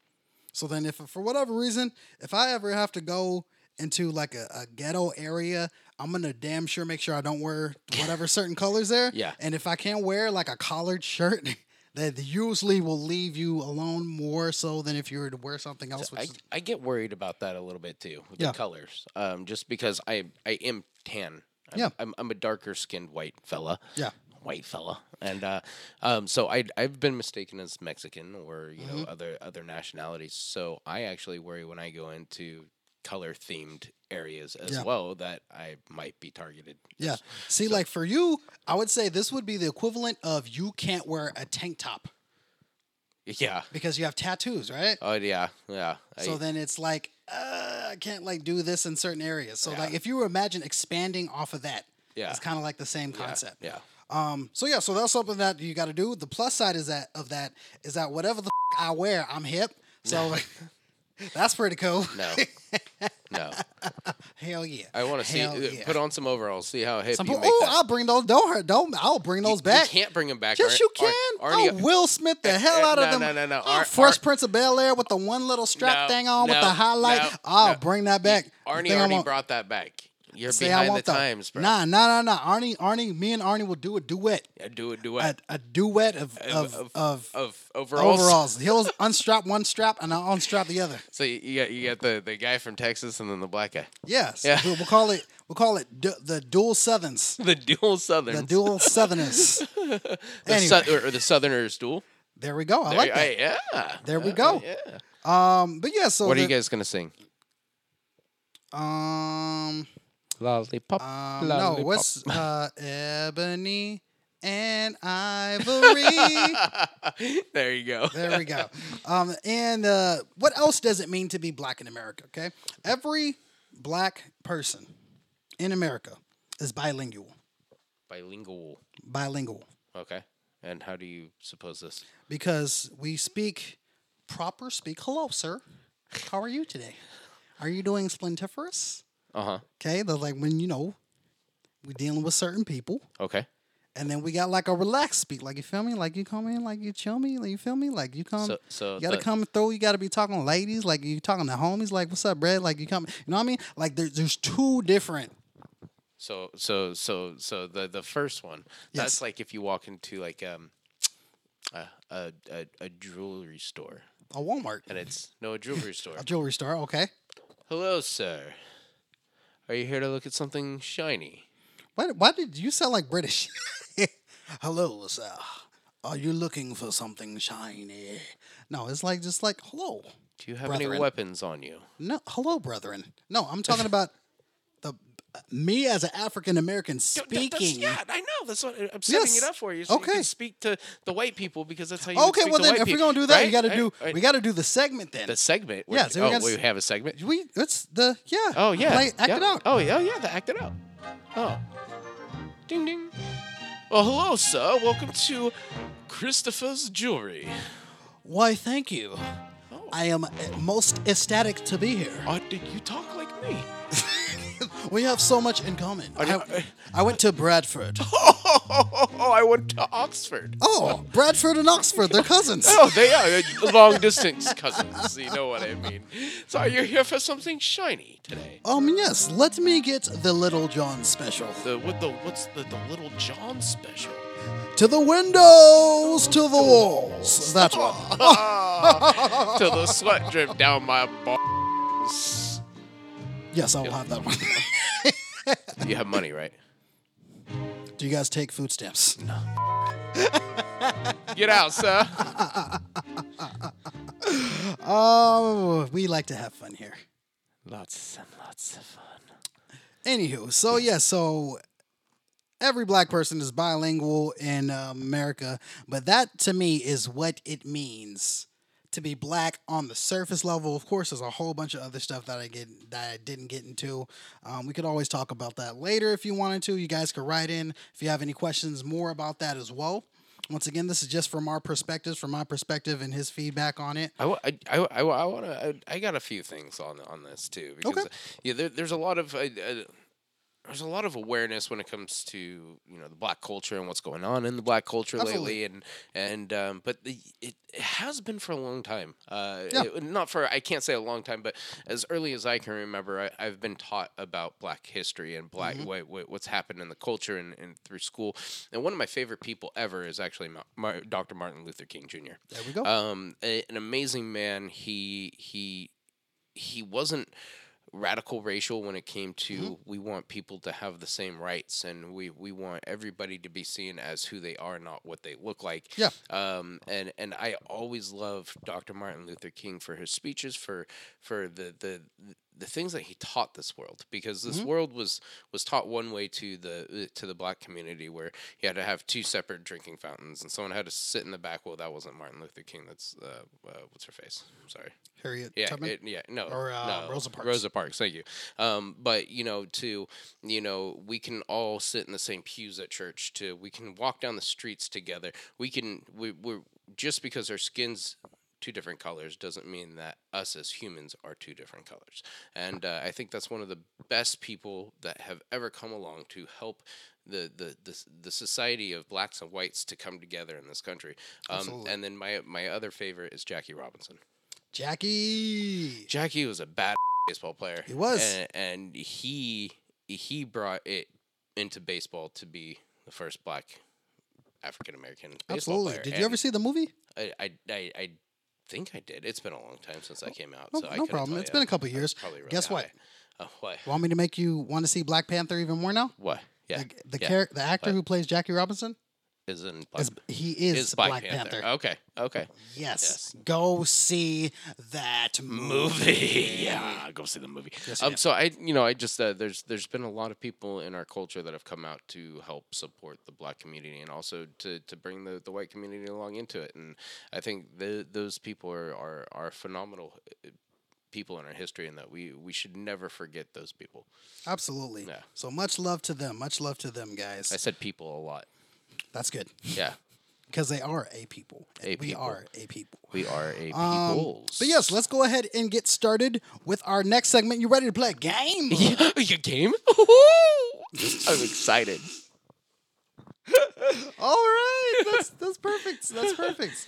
So then, if for whatever reason, if I ever have to go into like a, a ghetto area, I'm gonna damn sure make sure I don't wear whatever certain colors there. Yeah. And if I can't wear like a collared shirt, that usually will leave you alone more so than if you were to wear something else. Which I, is- I get worried about that a little bit too with Yeah. the colors um, just because i i am tan I'm, Yeah. I'm, I'm a darker skinned white fella Yeah. white fella and uh, um, so I, i've been mistaken as mexican or you Mm-hmm. know other other nationalities so i actually worry when i go into color themed areas as Yeah. well that i might be targeted yeah. See, like for you, I would say this would be the equivalent of you can't wear a tank top yeah because you have tattoos, right? oh yeah yeah So I- then it's like uh, I can't like do this in certain areas. So like if you were imagine expanding off of that, Yeah. it's kind of like the same yeah, concept. yeah Um. So yeah. So that's something that you got to do. The plus side is that of that is that whatever the f- I wear, I'm hip. So like, that's pretty cool. no no Hell yeah. i want to see Hell uh, put on some overalls see how hip Some you people, make oh, that. I'll bring those. Don't hurt. Don't. I'll bring those back. You can't bring him back. Yes, Arn- you Ar- can. Oh, Arnie, I'll Will Smith the hell uh, out of no, them. no, no, no. I'll Ar- Fresh Ar- Prince of Bel Air with the one little strap No, thing on with no, the highlight. no, I'll no. bring that back. The Arnie thing I already want- brought that back. You're Say I behind the want though. times, bro. Nah, nah, nah, nah. Arnie, Arnie, me and Arnie will do a duet. Yeah, do it, do A, it. a duet of of Of- of, of- of overalls. overalls. He'll unstrap one strap and I'll unstrap the other. So you- you got you got the, the guy from Texas and then the black guy. Yes. Yeah. We'll we'll call it we'll call it du- the dual southerns. The dual southern. The dual southerners. the anyway. sou- or, or the southerners duel. There we go. I like that. I- yeah. There we go. Yeah. Um, but yeah, so What are the- you guys gonna sing? Um, Lollipop. Um, no, lollipop. what's uh, ebony and ivory? there you go. There we go. Um, and uh, what else does it mean to be black in America? Okay, every black person in America is bilingual. Bilingual. Bilingual Okay. And how do you suppose this? because we speak proper speak. Hello, sir. How are you today? Are you doing splendiferous? Uh huh. Okay, they're like when you know we're dealing with certain people. Okay. And then we got like a relaxed speak, like you feel me, like you come in, like you chill me, like you feel me, like you come, So- so you gotta the- come through. You gotta be talking to ladies, like you talking to homies, like what's up, Brad? Like you come, you know what I mean? Like there, there's two different. So so so so the the first one. Yes. That's like if you walk into like um a a, a, a jewelry store A Walmart, and it's no a jewelry store. a jewelry store, okay. Hello, sir. Are you here to look at something shiny? Why, why did you sound like British? hello, sir. Are you looking for something shiny? No, it's like just like hello. Do you have any Brethren. weapons on you? No, hello, brethren. No, I'm talking about the me as an African American Th- th- that's- speaking. yeah, I know. That's what I'm setting Yes. it up for you. So you Okay. can speak to the white people because that's how you. would Okay, speak well to then, white if we're people, gonna do that, right? we got to Right? do Right. we got to do the segment then. the segment. Yeah, We're- so we oh, gotta we s- have a segment. we it's the yeah. Oh yeah, play- act yeah. it out. Oh yeah, yeah, the act it out. Oh, ding ding. Well, hello, sir. Welcome to Christopher's Jewelry. Why? Thank you. Oh. I am most ecstatic to be here. Oh, did you talk like me? Oh. We have so much in common. I know- I, I went to Bradford. Oh, I went to Oxford. Oh, Bradford and Oxford, they're cousins. Oh, they are long distance cousins. You know what I mean. So you're here for something shiny today. Um, yes, let me get the Little John special. The what the what's the, the Little John special? To the windows, to the walls. That's one. Till the sweat drip down my balls. Yes, I will have that one. You have money, right? Do you guys take food stamps? Get out, sir. Oh, we like to have fun here. Lots and lots of fun. Anywho, so yeah, so every black person is bilingual in uh, America, but that to me is what it means to be black on the surface level. Of course, there's a whole bunch of other stuff that I get that I didn't get into. Um, we could always talk about that later if you wanted to. You guys could write in if you have any questions more about that as well. Once again, this is just from our perspectives, from my perspective and his feedback on it. I, wa- I, want to. I, I got a few things on on this too because Okay. uh, yeah, there, there's a lot of uh, uh, there's a lot of awareness when it comes to you know the black culture and what's going on in the black culture lately, and and um, but the, it, it has been for a long time. Uh, Yeah. it- not for I can't say a long time, but as early as I can remember, I, I've been taught about black history and black Mm-hmm. what, what, what's happened in the culture and, and through school. And one of my favorite people ever is actually Ma- Mar- Dr. Martin Luther King Jr. There we go. Um, a- an amazing man. He he he wasn't radical racial when it came to we want people to have the same rights and we we want everybody to be seen as who they are not what they look like Yeah. um and and i always love dr martin luther king for his speeches for for the the the things that he taught this world because this world was was taught one way to the uh, to the black community where you had to have two separate drinking fountains and someone had to sit in the back well that wasn't martin luther king that's uh, uh what's her face sorry Harriet yeah, Tubman. it- yeah, no, Or, uh, no, Rosa Parks. Rosa Parks, thank you. Um, but you know, to you know, we can all sit in the same pews at church. To we can walk down the streets together. We can we we're just because our skins two different colors doesn't mean that us as humans are two different colors. And uh, I think that's one of the best people that have ever come along to help. The, the, the, s- the society of blacks and whites to come together in this country. Um, Absolutely. and then my, my other favorite is Jackie Robinson. Jackie. Jackie was a bad baseball player. He was. and, and he he brought it into baseball to be the first black African American baseball Absolutely. player. Did you ever And see the movie? I I, I I think I did. It's been a long time since I came out. Oh, No, so I no couldn't problem. tell It's ya. been a couple years. Probably really Guess what? high. Uh, what? Want me to make you want to see Black Panther even more now? What? Yeah. The, the, yeah. char- the actor What? who plays Jackie Robinson, is in Black, As, he is, is Oh, Black, Panther. Okay, okay. Yes. Go see that movie. Movie, yeah, go see the movie. um, so I, you know, I just uh, there's there's been a lot of people in our culture that have come out to help support the Black community and also to, to bring the, the white community along into it, and I think the, those people are, are are phenomenal uh, people in our history, and that we we should never forget those people. Absolutely. Yeah. So much love to them. Much love to them, I guys. said people a lot. That's good Yeah, because they are a people. and A we people. are a people. we are a Um, people. but yes, let's go ahead and get started with our next segment. You ready to play a game? your game. I'm excited. All right, that's that's perfect. That's perfect.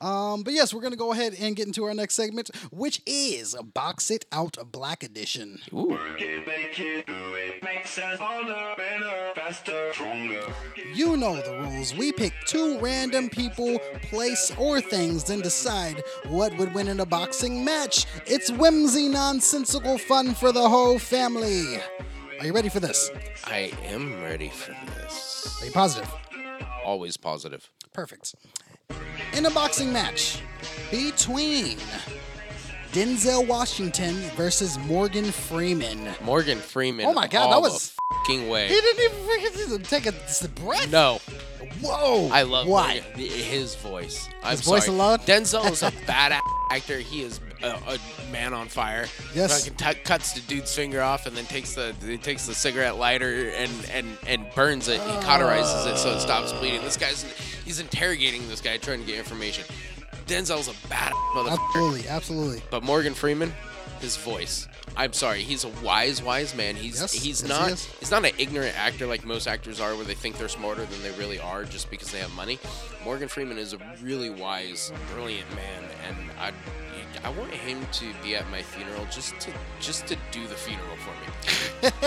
Um, but yes, we're gonna go ahead and get into our next segment, which is Box It Out Black Edition. You know the rules. We pick two random people, place, or things, then decide what would win in a boxing match. It's whimsy, nonsensical fun for the whole family. Are you ready for this? I am ready for this. Are you positive? Always positive. Perfect. In a boxing match between Denzel Washington versus Morgan Freeman. Morgan Freeman. Oh my God, that all was- the fucking way. He didn't even freaking take a s- breath. No, Whoa. I love Why? Morgan- his voice. I'm His voice sorry. alone? Denzel is a badass actor. He is a, a man on fire. Yes. Fucking t- cuts the dude's finger off and then takes the he takes the cigarette lighter and and and burns it. Oh. He cauterizes it so it stops bleeding. This guy's he's interrogating this guy trying to get information. Denzel's a badass motherfucker. Absolutely, absolutely. But Morgan Freeman, his voice. I'm sorry, he's a wise, wise man. He's Yes, he's yes, not he is. he's not an ignorant actor like most actors are, where they think they're smarter than they really are just because they have money. Morgan Freeman is a really wise, brilliant man, and I I want him to be at my funeral just to just to do the funeral for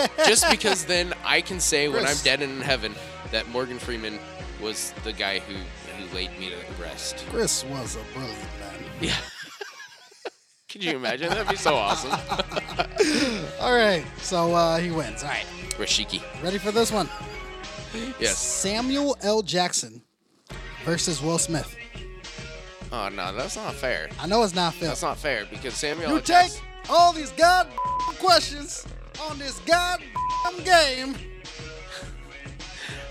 me, just because then I can say when I'm Chris. dead and in heaven that Morgan Freeman was the guy who who laid me to rest. Chris was a brilliant man. Yeah. Could you imagine? That'd be so awesome. All right, so uh, he wins. All right, Rashiki. ready for this one? Yes. Samuel L. Jackson versus Will Smith. Oh no, that's not fair. I know it's not fair. That's not fair because Samuel. You L. take Jackson- all these god questions on this god game.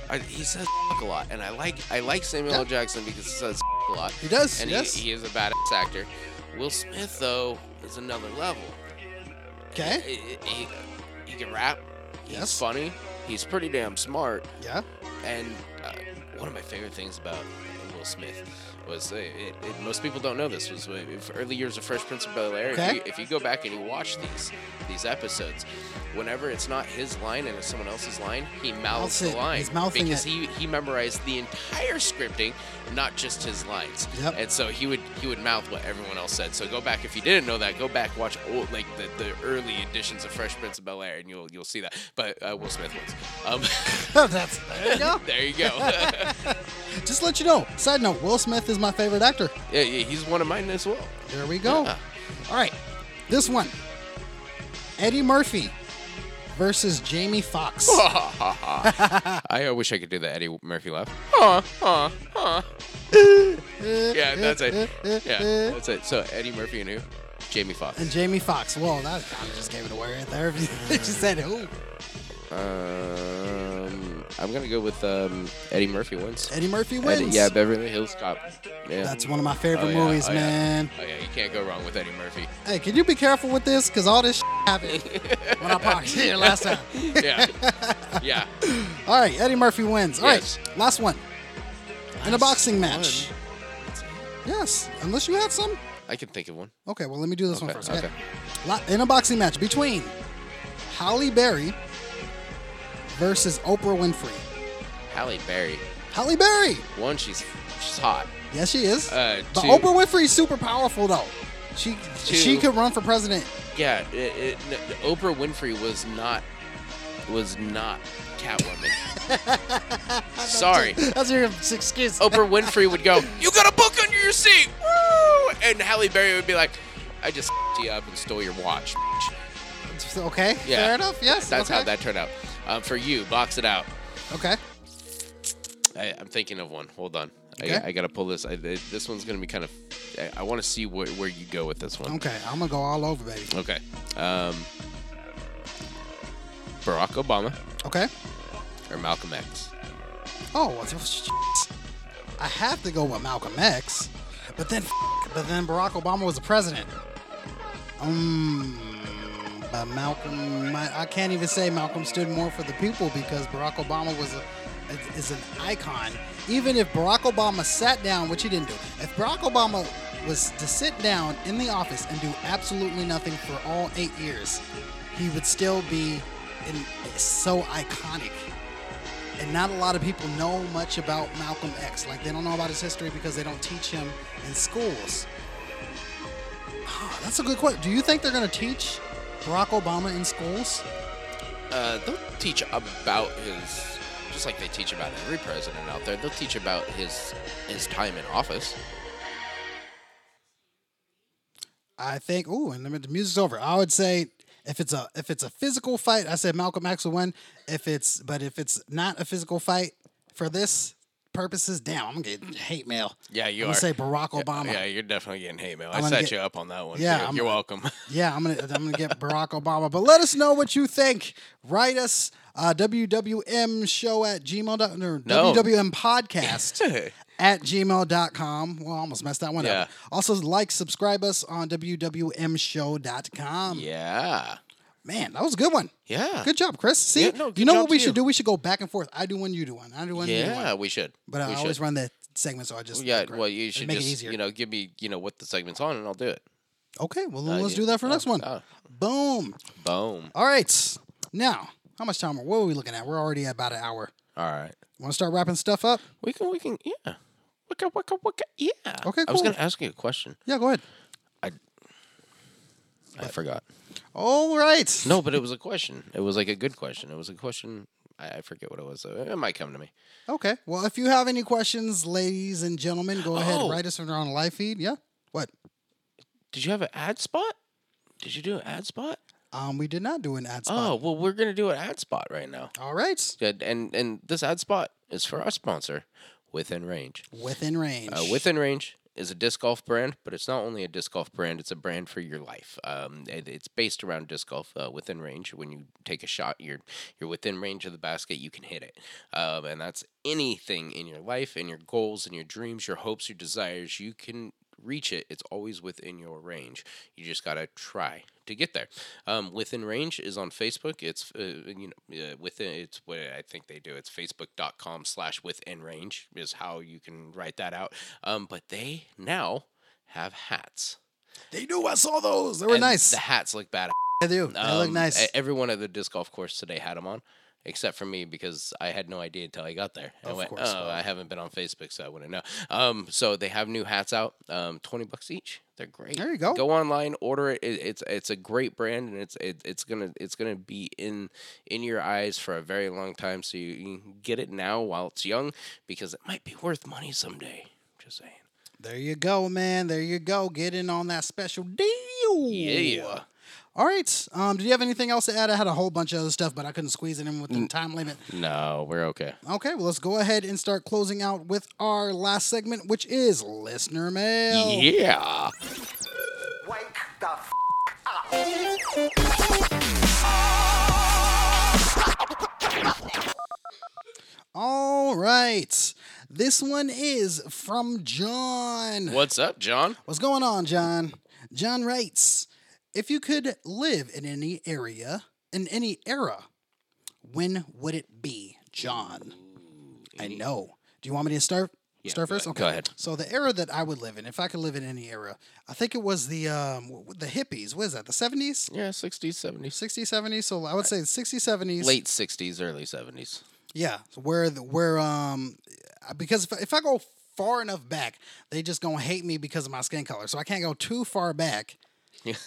I- he says a lot, and I like I like Samuel L. Jackson because he says a lot. He does, and yes. he, he is a badass actor. Will Smith though is another level. Okay. He, he, he can rap. He's Yes. funny. He's pretty damn smart. Yeah. And uh, one of my favorite things about Will Smith was uh, it, it, most people don't know this was uh, if early years of Fresh Prince of Bel Air. Okay. If, you, if you go back and you watch these these episodes, whenever it's not his line and it's someone else's line, he mouths Mouths the it. line He's mouthing because it. he he memorized the entire scripting, not just his lines. Yep. And so he would he would mouth what everyone else said. So go back if you didn't know that, go back watch old like the, the early editions of Fresh Prince of Bel Air, and you'll you'll see that. But uh, Will Smith wins. Um, That's there you go. there you go. yeah, Just to let you know. Side note: Will Smith is my favorite actor. yeah, he's one of mine as well. There we go. Yeah. All right, this one: Eddie Murphy versus Jamie Foxx. I uh, wish I could do the Eddie Murphy laugh. Huh, huh, huh. yeah, that's it. Yeah, that's it. So Eddie Murphy and who? Jamie Foxx. And Jamie Foxx. Whoa, that kind of just gave it away right there. she said, "Ooh, Um, I'm gonna go with um, Eddie Murphy wins. Eddie Murphy wins." Eddie, yeah, Beverly Hills Cop. Yeah. That's one of my favorite Oh, yeah, movies, oh, yeah. man. Oh yeah, you can't go wrong with Eddie Murphy. Hey, can you be careful with this? Because all this happened when I parked here last time. Yeah, yeah. All right, Eddie Murphy wins. All right, Yes. last one. In a boxing match. one. Yes, unless you had some. I can think of one. Okay, well, let me do this one Okay, first. okay. La- In a boxing match between Holly Berry versus Oprah Winfrey. Halle Berry. Holly Berry. One, she's she's hot. Yes, she is. Uh, but two. Oprah Winfrey's super powerful, though. She she Two. could run for president. Yeah, it, it, n- Oprah Winfrey was not was not Catwoman. Sorry. That's your excuse. Oprah Winfrey would go, "You got a book under your seat," Woo! and Halle Berry would be like, "I just you up and stole your watch." Okay, Yeah. fair enough. Yes, That's how okay. that turned out. Um, for you, box it out. Okay. I, I'm thinking of one. Hold on. Okay. I, I gotta pull this. I, th- this one's gonna be kind of. I, I want to see where where you go with this one. Okay, I'm gonna go all over, baby. Okay. Um, Barack Obama Okay. or Malcolm X? Oh, well, sh- I have to go with Malcolm X, but then, but then Barack Obama was the president. Um, but Malcolm, I, I can't even say Malcolm stood more for the people because Barack Obama was a is- is an icon. Even if Barack Obama sat down, which he didn't do, if Barack Obama was to sit down in the office and do absolutely nothing for all eight years, he would still be in, so iconic and not a lot of people know much about Malcolm X. Like they don't know about his history because they don't teach him in schools. Ah, that's a good question. Do you think they're going to teach Barack Obama in schools? Uh, they'll teach about his, just like they teach about every president out there. They'll teach about his his time in office. I think. Ooh, and then the music's over. I would say if it's a if it's a physical fight, I said Malcolm X will win. If it's but if it's not a physical fight for this purposes, damn, I'm gonna get hate mail. Yeah, you I'm are. gonna say Barack Obama. Yeah, you're definitely getting hate mail. I'm I gonna set get- you up on that one. Yeah, too. I'm- you're welcome. Yeah, I'm gonna I'm gonna get Barack Obama. But let us know what you think. Write us uh, WWM show at gmail dot or No. WWM podcast at gmail.com. Well, I almost messed that one up. Yeah. Also like, subscribe us on WWMshow.com. yeah, Man, that was a good one. yeah, Good job, Chris. See, Yeah, no, good you know job what we to you. should do? We should go back and forth. I do one, you do one. I do one, you do yeah. one. We should, But I we always should. run that segment, so I just Yeah, agree. well, you It'd should make it just easier. you know give me you know what the segment's on and I'll do it. okay, well then Uh, let's yeah. do that for next Oh, one. oh. Boom. Boom. All right. Now, how much time? Are, what are we looking at? We're already at about an hour. All right. Want to start wrapping stuff up? We can we can yeah. Wicka wicka wicka yeah. Okay, I was cool. gonna ask you a question. Yeah, go ahead. I forgot. All right. No, but it was a question. It was like a good question. It was a question. I, I forget what it was. though. It might come to me. Okay. Well, if you have any questions, ladies and gentlemen, go ahead. Oh. Write us on our live feed. Yeah. What? Did you have an ad spot? Did you do an ad spot? Um, we did not do an ad Oh spot. well, we're gonna do an ad spot right now. All right. Good. And and this ad spot is for our sponsor, Within Range. Within range. Uh, Within Range is a disc golf brand, but it's not only a disc golf brand, it's a brand for your life. Um, it- it's based around disc golf uh, within range. When you take a shot, you're, you're within range of the basket, you can hit it. Um, and that's anything in your life, in your goals, in your dreams, your hopes, your desires, you can reach it. It's always within your range. You just got to try to get there. Um, within range is on Facebook. It's uh, you know uh, within it's what I think they do. It's facebook.com slash within range is how you can write that out. Um, but they now have hats. they do. I saw those. They were And Oh, nice. The hats look bad. they do. They look Um, nice. e- Everyone at the disc golf course today had them on, except for me because I had no idea until I got there. I Of went, course, oh, well." I haven't been on Facebook, so I wouldn't know. Um, so they have new hats out, um, twenty bucks each. They're great. There you go. Go online, order it. it it's it's a great brand, and it's it, it's gonna it's gonna be in in your eyes for a very long time. So you, you can get it now while it's young because it might be worth money someday. Just saying. there you go, man. There you go. Get in on that special deal. Yeah. All right. Um, did you have anything else to add? I had a whole bunch of other stuff, but I couldn't squeeze it in with Mm. the time limit. No, we're okay. Okay, well, let's go ahead and start closing out with our last segment, which is listener mail. Yeah. Wake the f- All right. This one is from John. What's up, John? What's going on, John? John writes If you could live in any area, in any era, when would it be, John? I know. Do you want me to start? start first? Okay. go ahead. So the era that I would live in, if I could live in any era, I think it was the um w- w- the hippies. What is that? The 70s? Yeah, 60s, 70s. 60s, 70s. So I would say 60s, 70s. late 60s early 70s Yeah, so where the- where um because if, if I go far enough back, they just gonna hate me because of my skin color. So I can't go too far back. Yeah.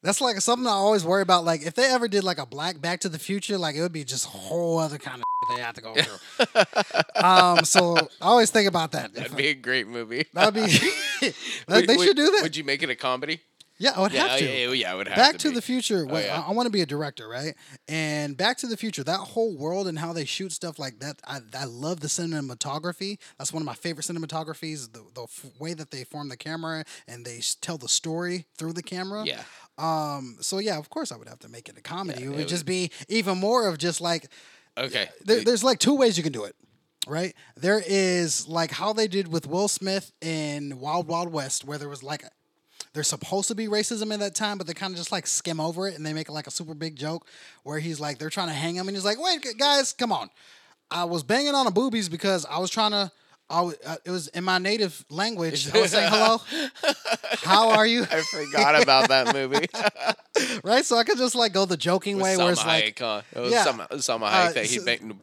That's like something I always worry about. Like if they ever did like a black Back to the Future, like it would be just a whole other kind of they have to go through. um, so I always think about that. If- that'd be a great movie That'd be. that- Would- they would- should do that. would you make it a comedy Yeah, I would yeah, have oh, to. yeah, oh, yeah, it would have Back to, to, be. the Future. wait, yeah. I, want to be a director, right? And Back to the Future, that whole world and how they shoot stuff like that. I, I love the cinematography. That's one of my favorite cinematographies. The, the f- way that they form the camera and they s- tell the story through the camera. Yeah. Um. So yeah, of course I would have to make it a comedy. it would it just be even more of just like Okay. there, there's like two ways you can do it, right? There is like how they did with Will Smith in Wild Wild West, where there was like there's supposed to be racism in that time, but they kind of just like skim over it and they make like a super big joke where he's like they're trying to hang him and he's like, wait gu- guys, come on, I was banging on the boobies because I was trying to. I was, uh, it was in my native language. I was saying hello. How are you? I forgot about that movie. right, so I could just like go the joking way, where Salma it's like, Hayek, huh? It was Yeah. Salma, Salma Uh, Hayek that he so- made.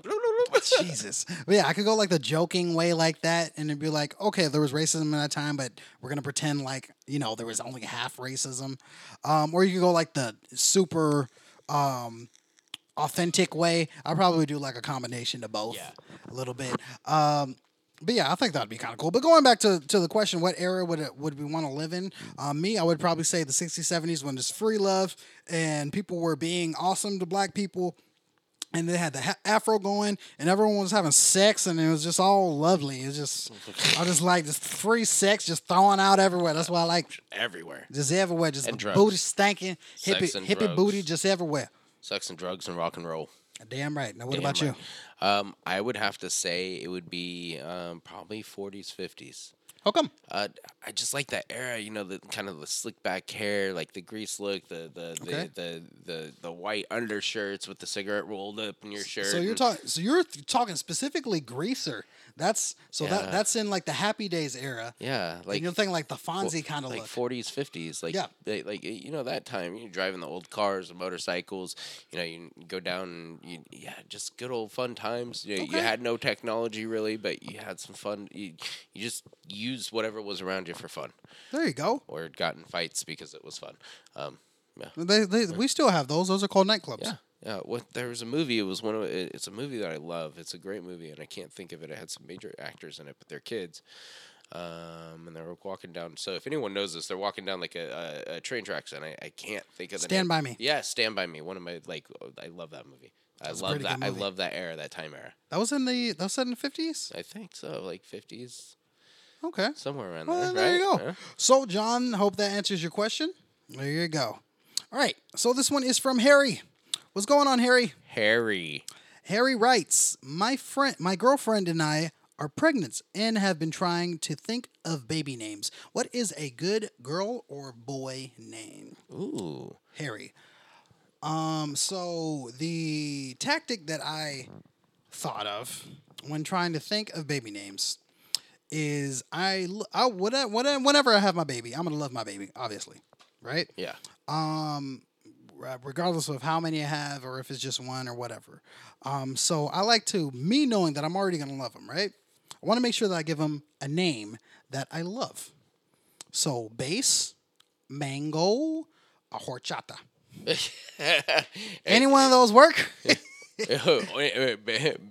Jesus. But yeah, I could go like the joking way like that and it'd be like, okay, there was racism in that time, but we're going to pretend like, you know, there was only half racism. Um, or you could go like the super um, authentic way. I probably do like a combination of both a little bit. Um, but yeah, I think that'd be kind of cool. But going back to, to the question, what era would it, would we want to live in? Uh, me, I would probably say the 60s, 70s when there's free love and people were being awesome to black people and they had the ha- afro going, and everyone was having sex, and it was just all lovely. It's just, I just like just free sex, just throwing out everywhere. That's why I like Everywhere. just everywhere, just And drugs. booty stinking, Sex hippie and hippie drugs. booty, just everywhere. Sex and drugs and rock and roll. Damn right. Now what Damn about right. you? Um, I would have to say it would be um, probably 40s, 50s. How come? Uh, I just like that era, you know, the kind of the slick back hair, like the grease look, the the Okay. the, the, the the white undershirts with the cigarette rolled up in your shirt. So you're and- talking. So you're th- talking specifically greaser. That's so that Yeah. that's in like the Happy Days era. yeah, like and you're thinking like the fo- Fonzie kind of like look. 40s, 50s, like Yeah. they, like you know that time you're driving the old cars, the motorcycles, you know, you go down and you yeah, just good old fun times. You, you Okay. had no technology really, but you had some fun. You, you just used whatever was around you for fun, there you go. or got in fights because it was fun. Um, yeah. They, they, we still have those. Those are called nightclubs. Yeah. Yeah, what there was a movie. It was one of it- it's a movie that I love. It's a great movie, and I can't think of it. It had some major actors in it, but they're kids, um, and they were walking down. So if anyone knows this, they're walking down like a, a, a train tracks, and I, I can't think of the Stand name. By Me. Yeah, Stand by Me. One of my like oh, I love that movie. I That's a love pretty that. good I movie. love that era, that time era. That was in the that was set in the fifties. I think so, like fifties, Okay. somewhere around Well, there. there you right? go. So, John, hope that answers your question. There you go. All right. So, this one is from Harry. What's going on, Harry? Harry. Harry writes, "My friend, my girlfriend and I are pregnant and have been trying to think of baby names. What is a good girl or boy name?" Ooh. Harry. Um, so the tactic that I thought of when trying to think of baby names is I, l- I whatever, whenever I have my baby, I'm gonna love my baby, obviously, right? Yeah. re- uh, regardless of how many I have or if it's just one or whatever. Um, so I like to, me knowing that I'm already going to love them, right? I want to make sure that I give them a name that I love. So base, mango, a horchata. Any one of those work? Oh,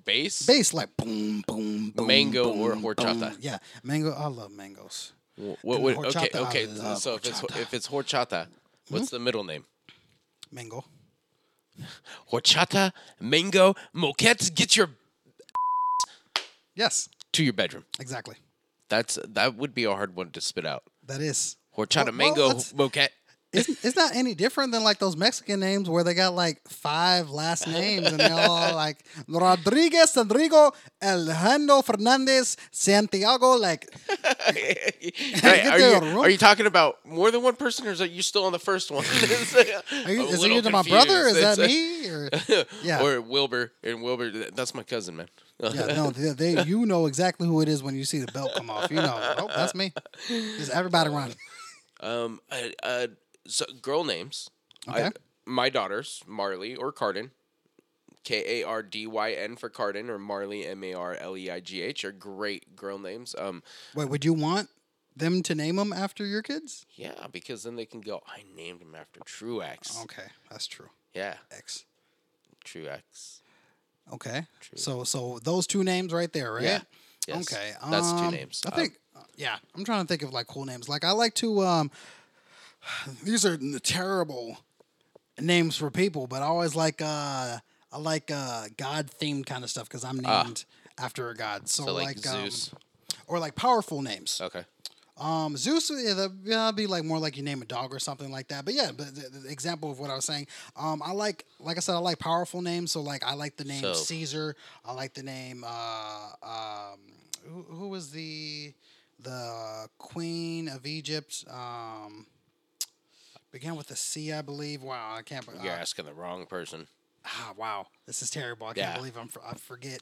Bass, Bass like boom, boom, boom. mango, boom, or boom. horchata. Yeah, mango. I love mangoes. What Dude, would okay horchata, I okay love so if it's horchata. Hmm? if it's horchata, what's the middle name? Mango. Horchata, mango, moquette. Get your Yes, to your bedroom. exactly. That's that would be a hard one to spit out. That is. Horchata, Well, well, mango, let's- moquette. it's, it's not any different than like those Mexican names where they got like five last names and they're all like Rodriguez, Rodrigo, Alejandro Fernandez, Santiago. Like, Right, get are, there, you, Ro- are you talking about more than one person, or is that you still on the first one? are you, I'm a is it little either my brother? Or is that confused. It's- me? Or, yeah. Or Wilbur and Wilbur. th- That's my cousin, man. yeah, no, they, they, you know exactly who it is when you see the belt come off. You know, oh, that's me. Just everybody run. Um, uh, uh, so girl names. I, Okay. my daughters, Marley or Cardin. K A R D Y N for Cardin or Marley M A R L E I G H are great girl names. Um, Wait, would you want them to name them after your kids? yeah, because then they can go. I named him after Truex. Okay, that's true. Yeah, X. Truex. Okay. So so those two names right there, right? Yeah. Yes. Okay. that's two um, names. I Um, think yeah, I'm trying to think of like cool names. Like I like to um these are n- terrible names for people, but I always like uh I like uh god themed kind of stuff because I'm named after a god. So, Ah. So like, like, Zeus. Um, or like powerful names. okay. Um, Zeus, yeah, that'd, yeah, that'd be like more like you name a dog or something like that. But yeah, but the, the example of what I was saying, um, I like, like I said, I like powerful names. So like, I like the name So- Caesar. I like the name. Uh, um, who, who was the the queen of Egypt? Um, began with a C, I believe. Wow, I can't. be- You're Uh, asking the wrong person. ah, wow, this is terrible. I can't Yeah. believe I'm. fr- I forget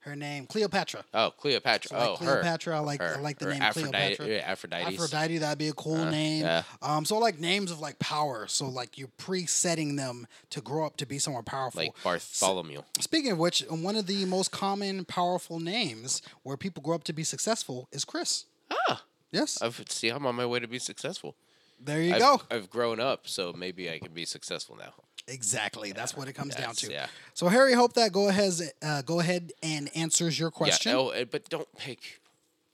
her name. Cleopatra. Oh, Cleopatra. I like oh, Cleopatra. Her. I like I Her. like the Or name Aphrodite. Cleopatra. yeah, Aphrodite. Aphrodite, that'd be a cool name. yeah. Um, so like names of like power. So like you're pre-setting them to grow up to be someone powerful. Like Bartholomew. Speaking of which, one of the most common powerful names where people grow up to be successful is Chris. Ah, Yes, I've, see, I'm on my way to be successful. there you I've, go. I've grown up, so maybe I can be successful now. Exactly. That's what it comes down that's- to. yeah. So Harry, hope that go ahead, uh, go ahead and answers your question. Yeah. Oh, uh, but don't pick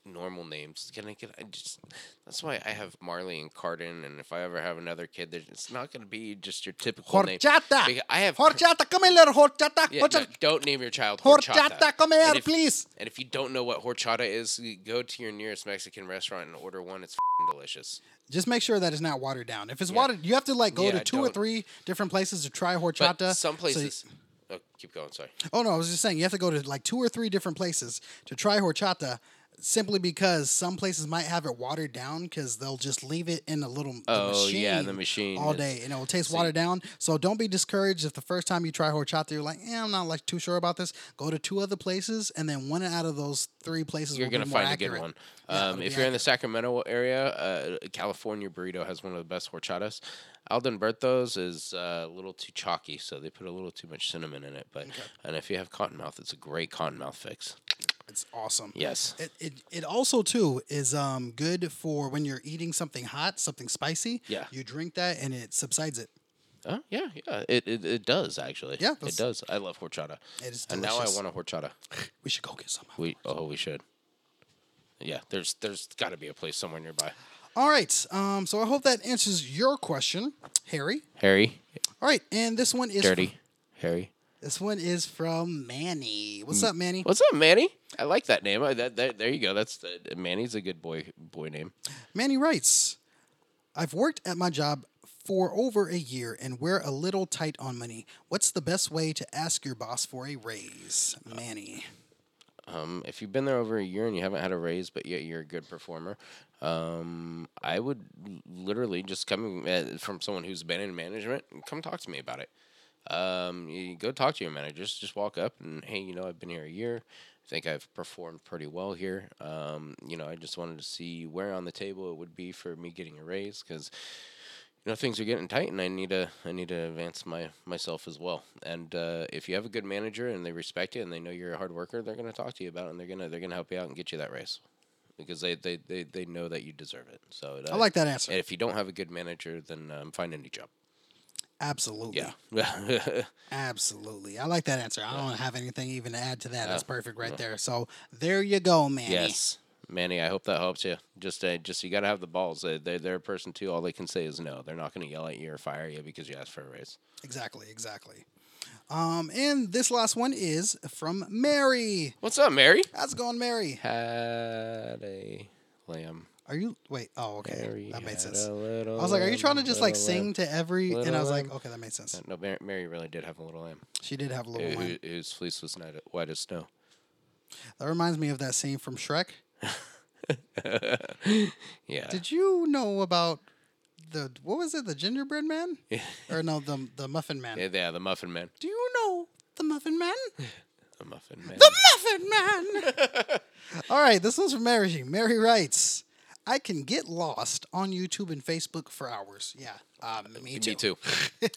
normal names. Can I get? I just. That's why I have Marley and Cardin, and if I ever have another kid, there- it's not going to be just your typical name. Horchata. Beca- I have. horchata. Come here, little horchata. Yeah, horchata. no, don't name your child horchata. Horchata, come here, And if- please. And if you don't know what horchata is, you go to your nearest Mexican restaurant and order one. It's fing delicious. Just make sure that it's not watered down. If it's watered, you have to like go Yeah, to 2 or don't- three different places to try horchata. But some So you- places. oh, keep going. Sorry. Oh no, I was just saying you have to go to like two or three different places to try horchata, simply because some places might have it watered down because they'll just leave it in a little the Oh, machine yeah, the machine all is- day and it will taste watered down. So don't be discouraged if the first time you try horchata you're like, eh, I'm not like too sure about this. Go to two other places and then one out of those three places You're will be gonna more find a accurate. good one. Yeah, Um, it'll if be you're in the Sacramento area, uh, California Burrito has one of the best horchatas. Aldenberto's is uh, a little too chalky, so they put a little too much cinnamon in it. But and if you have cottonmouth, it's a great cottonmouth fix. It's awesome. Yes. It, it, it also too is um good for when you're eating something hot, something spicy. Yeah. You drink that and it subsides it. Oh yeah, yeah. It it, it does actually. Yeah, it that's- does. I love horchata. It is And now I delicious. want a horchata. We should go get some. We oh we should. Yeah, there's there's got to be a place somewhere nearby. All right. Um. So I hope that answers your question, Harry. Harry, All right. And this one is dirty Harry. this one is from Manny. Mm. What's up, Manny? What's up, Manny? I like that name. I, that, that there you go. That's the, Manny's a good boy boy name. Manny writes, I've worked at my job for over a year and we're a little tight on money. What's the best way to ask your boss for a raise, Uh, Manny? Um, if you've been there over a year and you haven't had a raise, but yet you're a good performer, um, I would literally just come uh, from someone who's been in management. Come talk to me about it. Um, you go talk to your managers. Just walk up and hey, you know, I've been here a year. I think I've performed pretty well here. Um, you know, I just wanted to see where on the table it would be for me getting a raise because you know things are getting tight and I need to I need to advance my myself as well. And uh, if you have a good manager and they respect you and they know you're a hard worker, they're going to talk to you about it and they're going to they're going to help you out and get you that raise because they they, they, they know that you deserve it. So it, I like that answer. And if you don't have a good manager, then um, find a new job. Absolutely. Yeah. yeah. Absolutely. I like that answer. I don't have anything even to add to that. That's perfect right there. So there you go, Manny. yes. Manny, I hope that helps you. Just, uh, just you got to have the balls. They, they're, they're a person too. All they can say is no. They're not going to yell at you or fire you because you asked for a raise. Exactly, exactly. Um, and this last one is from Mary. What's up, Mary? How's it going, Mary? Had a lamb. Are you wait, oh okay. Mary that made had sense. a I little was like, Are you lamb, trying to just like little sing lamb, to every and I little was like, lamb. Okay, that made sense. No, Mary, Mary really did have a little lamb. She did have a little Who- one. who- whose fleece was night- white as snow. That reminds me of that scene from Shrek. Yeah. Did you know about the what was it, the gingerbread man? or no, the the muffin man. yeah, yeah, the muffin man. Do you know the muffin man? The muffin man. Muffin Man. All right, this one's from Mary. Mary writes, "I can get lost on YouTube and Facebook for hours. Yeah, uh, me too. me too.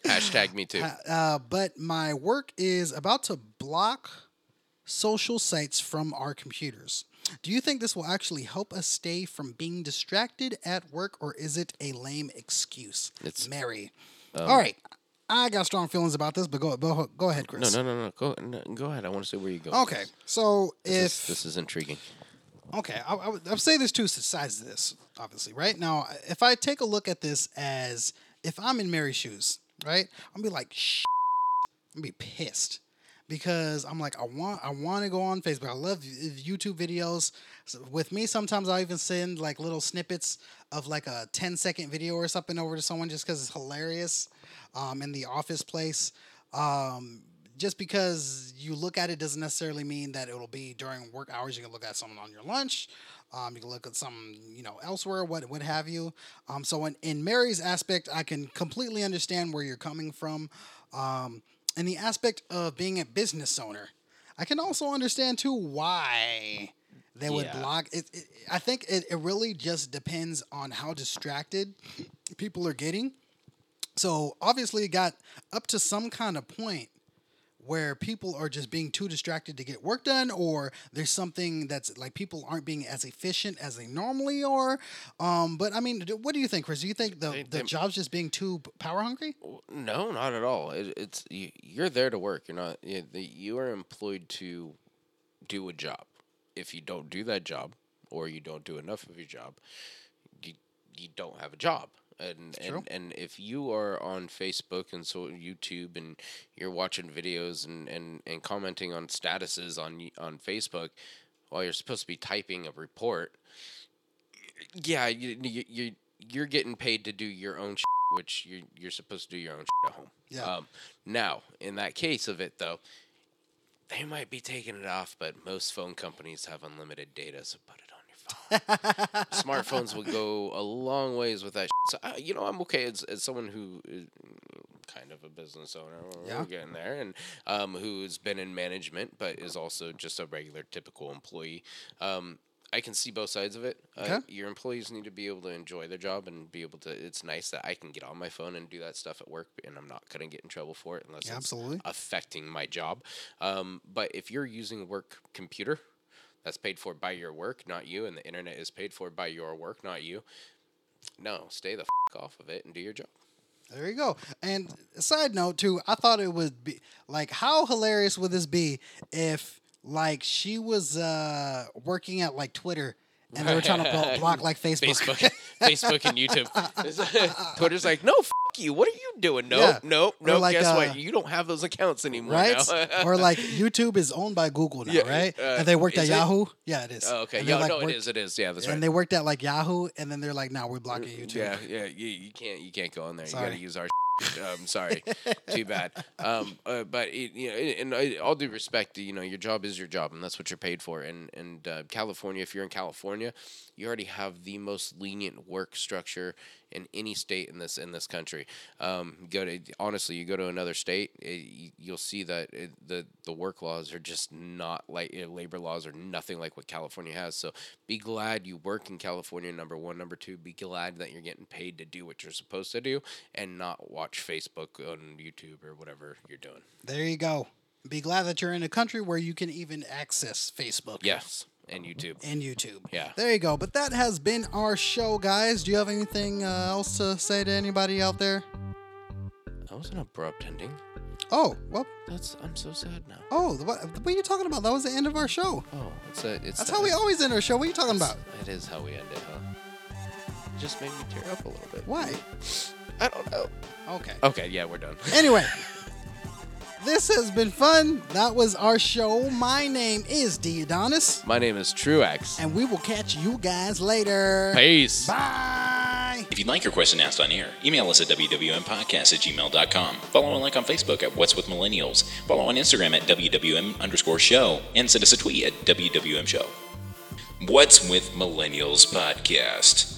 Hashtag me too. Uh, but my work is about to block social sites from our computers. Do you think this will actually help us stay from being distracted at work, or is it a lame excuse?" It's- um, Mary. All right, I got strong feelings about this, but go go, go ahead, No, Chris. no, no, no. Go, no, go ahead. I want to see where you go. Okay, so if This, this is intriguing. Okay, I, I, would- I would say there's two sides to this, obviously, right? Now, if I take a look at this as if I'm in Mary's shoes, right? I'm gonna be like, Shh. I'm gonna be pissed because I'm like, I want, I want to go on Facebook. I love y- YouTube videos. So with me, sometimes I'll even send like little snippets of like a 10 second video or something over to someone just because it's hilarious. Um, in the office place, um, just because you look at it doesn't necessarily mean that it'll be during work hours. You can look at someone on your lunch. Um, you can look at some, you know, elsewhere, what what have you. Um, so in, in Mary's aspect, I can completely understand where you're coming from. Um, in the aspect of being a business owner, I can also understand too why they would Yeah. block. It, it, I think it, it really just depends on how distracted people are getting. So obviously, it got up to some kind of point where people are just being too distracted to get work done, or there's something that's like people aren't being as efficient as they normally are. Um, but I mean, d- what do you think, Chris? Do you think the, They- the they- job's just being too p- power hungry? No, not at all. It, it's you, you're there to work. You're not. You, the, you are employed to do a job. If you don't do that job, or you don't do enough of your job, you you don't have a job. And true. and, and if you are on Facebook and so YouTube and you're watching videos and, and, and commenting on statuses on y- on Facebook while you're supposed to be typing a report, yeah, you, you, you you're getting paid to do your own shit, which you you're supposed to do your own shit at home. Yeah. Um, now, in that case of it though, they might be taking it off, but most phone companies have unlimited data, so put it on your phone. Smartphones will go a long ways with that. shit. So I, you know, I'm okay as, as someone who is mm, kind of a business owner. We're Yeah. getting there, and um, who's been in management, but is also just a regular, typical employee. Um, I can see both sides of it. Uh, Okay. Your employees need to be able to enjoy their job and be able to. It's nice that I can get on my phone and do that stuff at work, and I'm not going to get in trouble for it unless Yeah, it's absolutely. affecting my job. Um, but if you're using work computer, that's paid for by your work, not you, and the internet is paid for by your work, not you. No, stay the f- off of it and do your job. There you go. And side note too, I thought it would be like how hilarious would this be if like she was uh working at like Twitter and they were trying to blo- block like Facebook. Facebook, Facebook, and YouTube. Twitter's like, no, f- you. What are you doing? No, Yeah. no, Or no. like, guess uh, what? You don't have those accounts anymore. Right? now. or like YouTube is owned by Google now, Yeah, right? uh, and they worked at is it? Yahoo. Yeah, it is. oh, okay. And they, Yeah, like, no, worked- it is. It is. Yeah, that's right. Mm, And they worked at like Yahoo, and then they're like, "No, we're blocking YouTube." Yeah, yeah, you, you can't you can't go on there. You Sorry. gotta use our. I'm sorry, too bad. Um, uh, but it, you know, and I, all due respect, you know, your job is your job, and that's what you're paid for. And and uh, California, if you're in California, you already have the most lenient work structure in any state in this in this country. Um, go to honestly, you go to another state, it, you, you'll see that it, the the work laws are just not like uh, labor laws are nothing like what California has. So be glad you work in California. Number one, number two, be glad that you're getting paid to do what you're supposed to do and not watch Facebook on YouTube or whatever you're doing. There you go. Be glad that you're in a country where you can even access Facebook. Yes, and YouTube. And YouTube. Yeah. There you go. But that has been our show, guys. Do you have anything uh, else to say to anybody out there? That was an abrupt ending. Oh, well, That's I'm so sad now. oh, the- what, what are you talking about? That was the end of our show. Oh, it's a it's That's the- how we always end our show. What are you talking about? It is how we end it, huh? It just made me tear up a little bit. Why? I don't know. Okay. Okay, yeah, we're done. Anyway, this has been fun. That was our show. My name is Diodonis, My name is Truax. and we will catch you guys later. Peace. Bye. If you'd like your question asked on air, email us at wwmpodcast at gmail.com. Follow and like on Facebook at What's With Millennials. Follow on Instagram at WWM underscore show. And send us a tweet at WWM show. What's With Millennials podcast.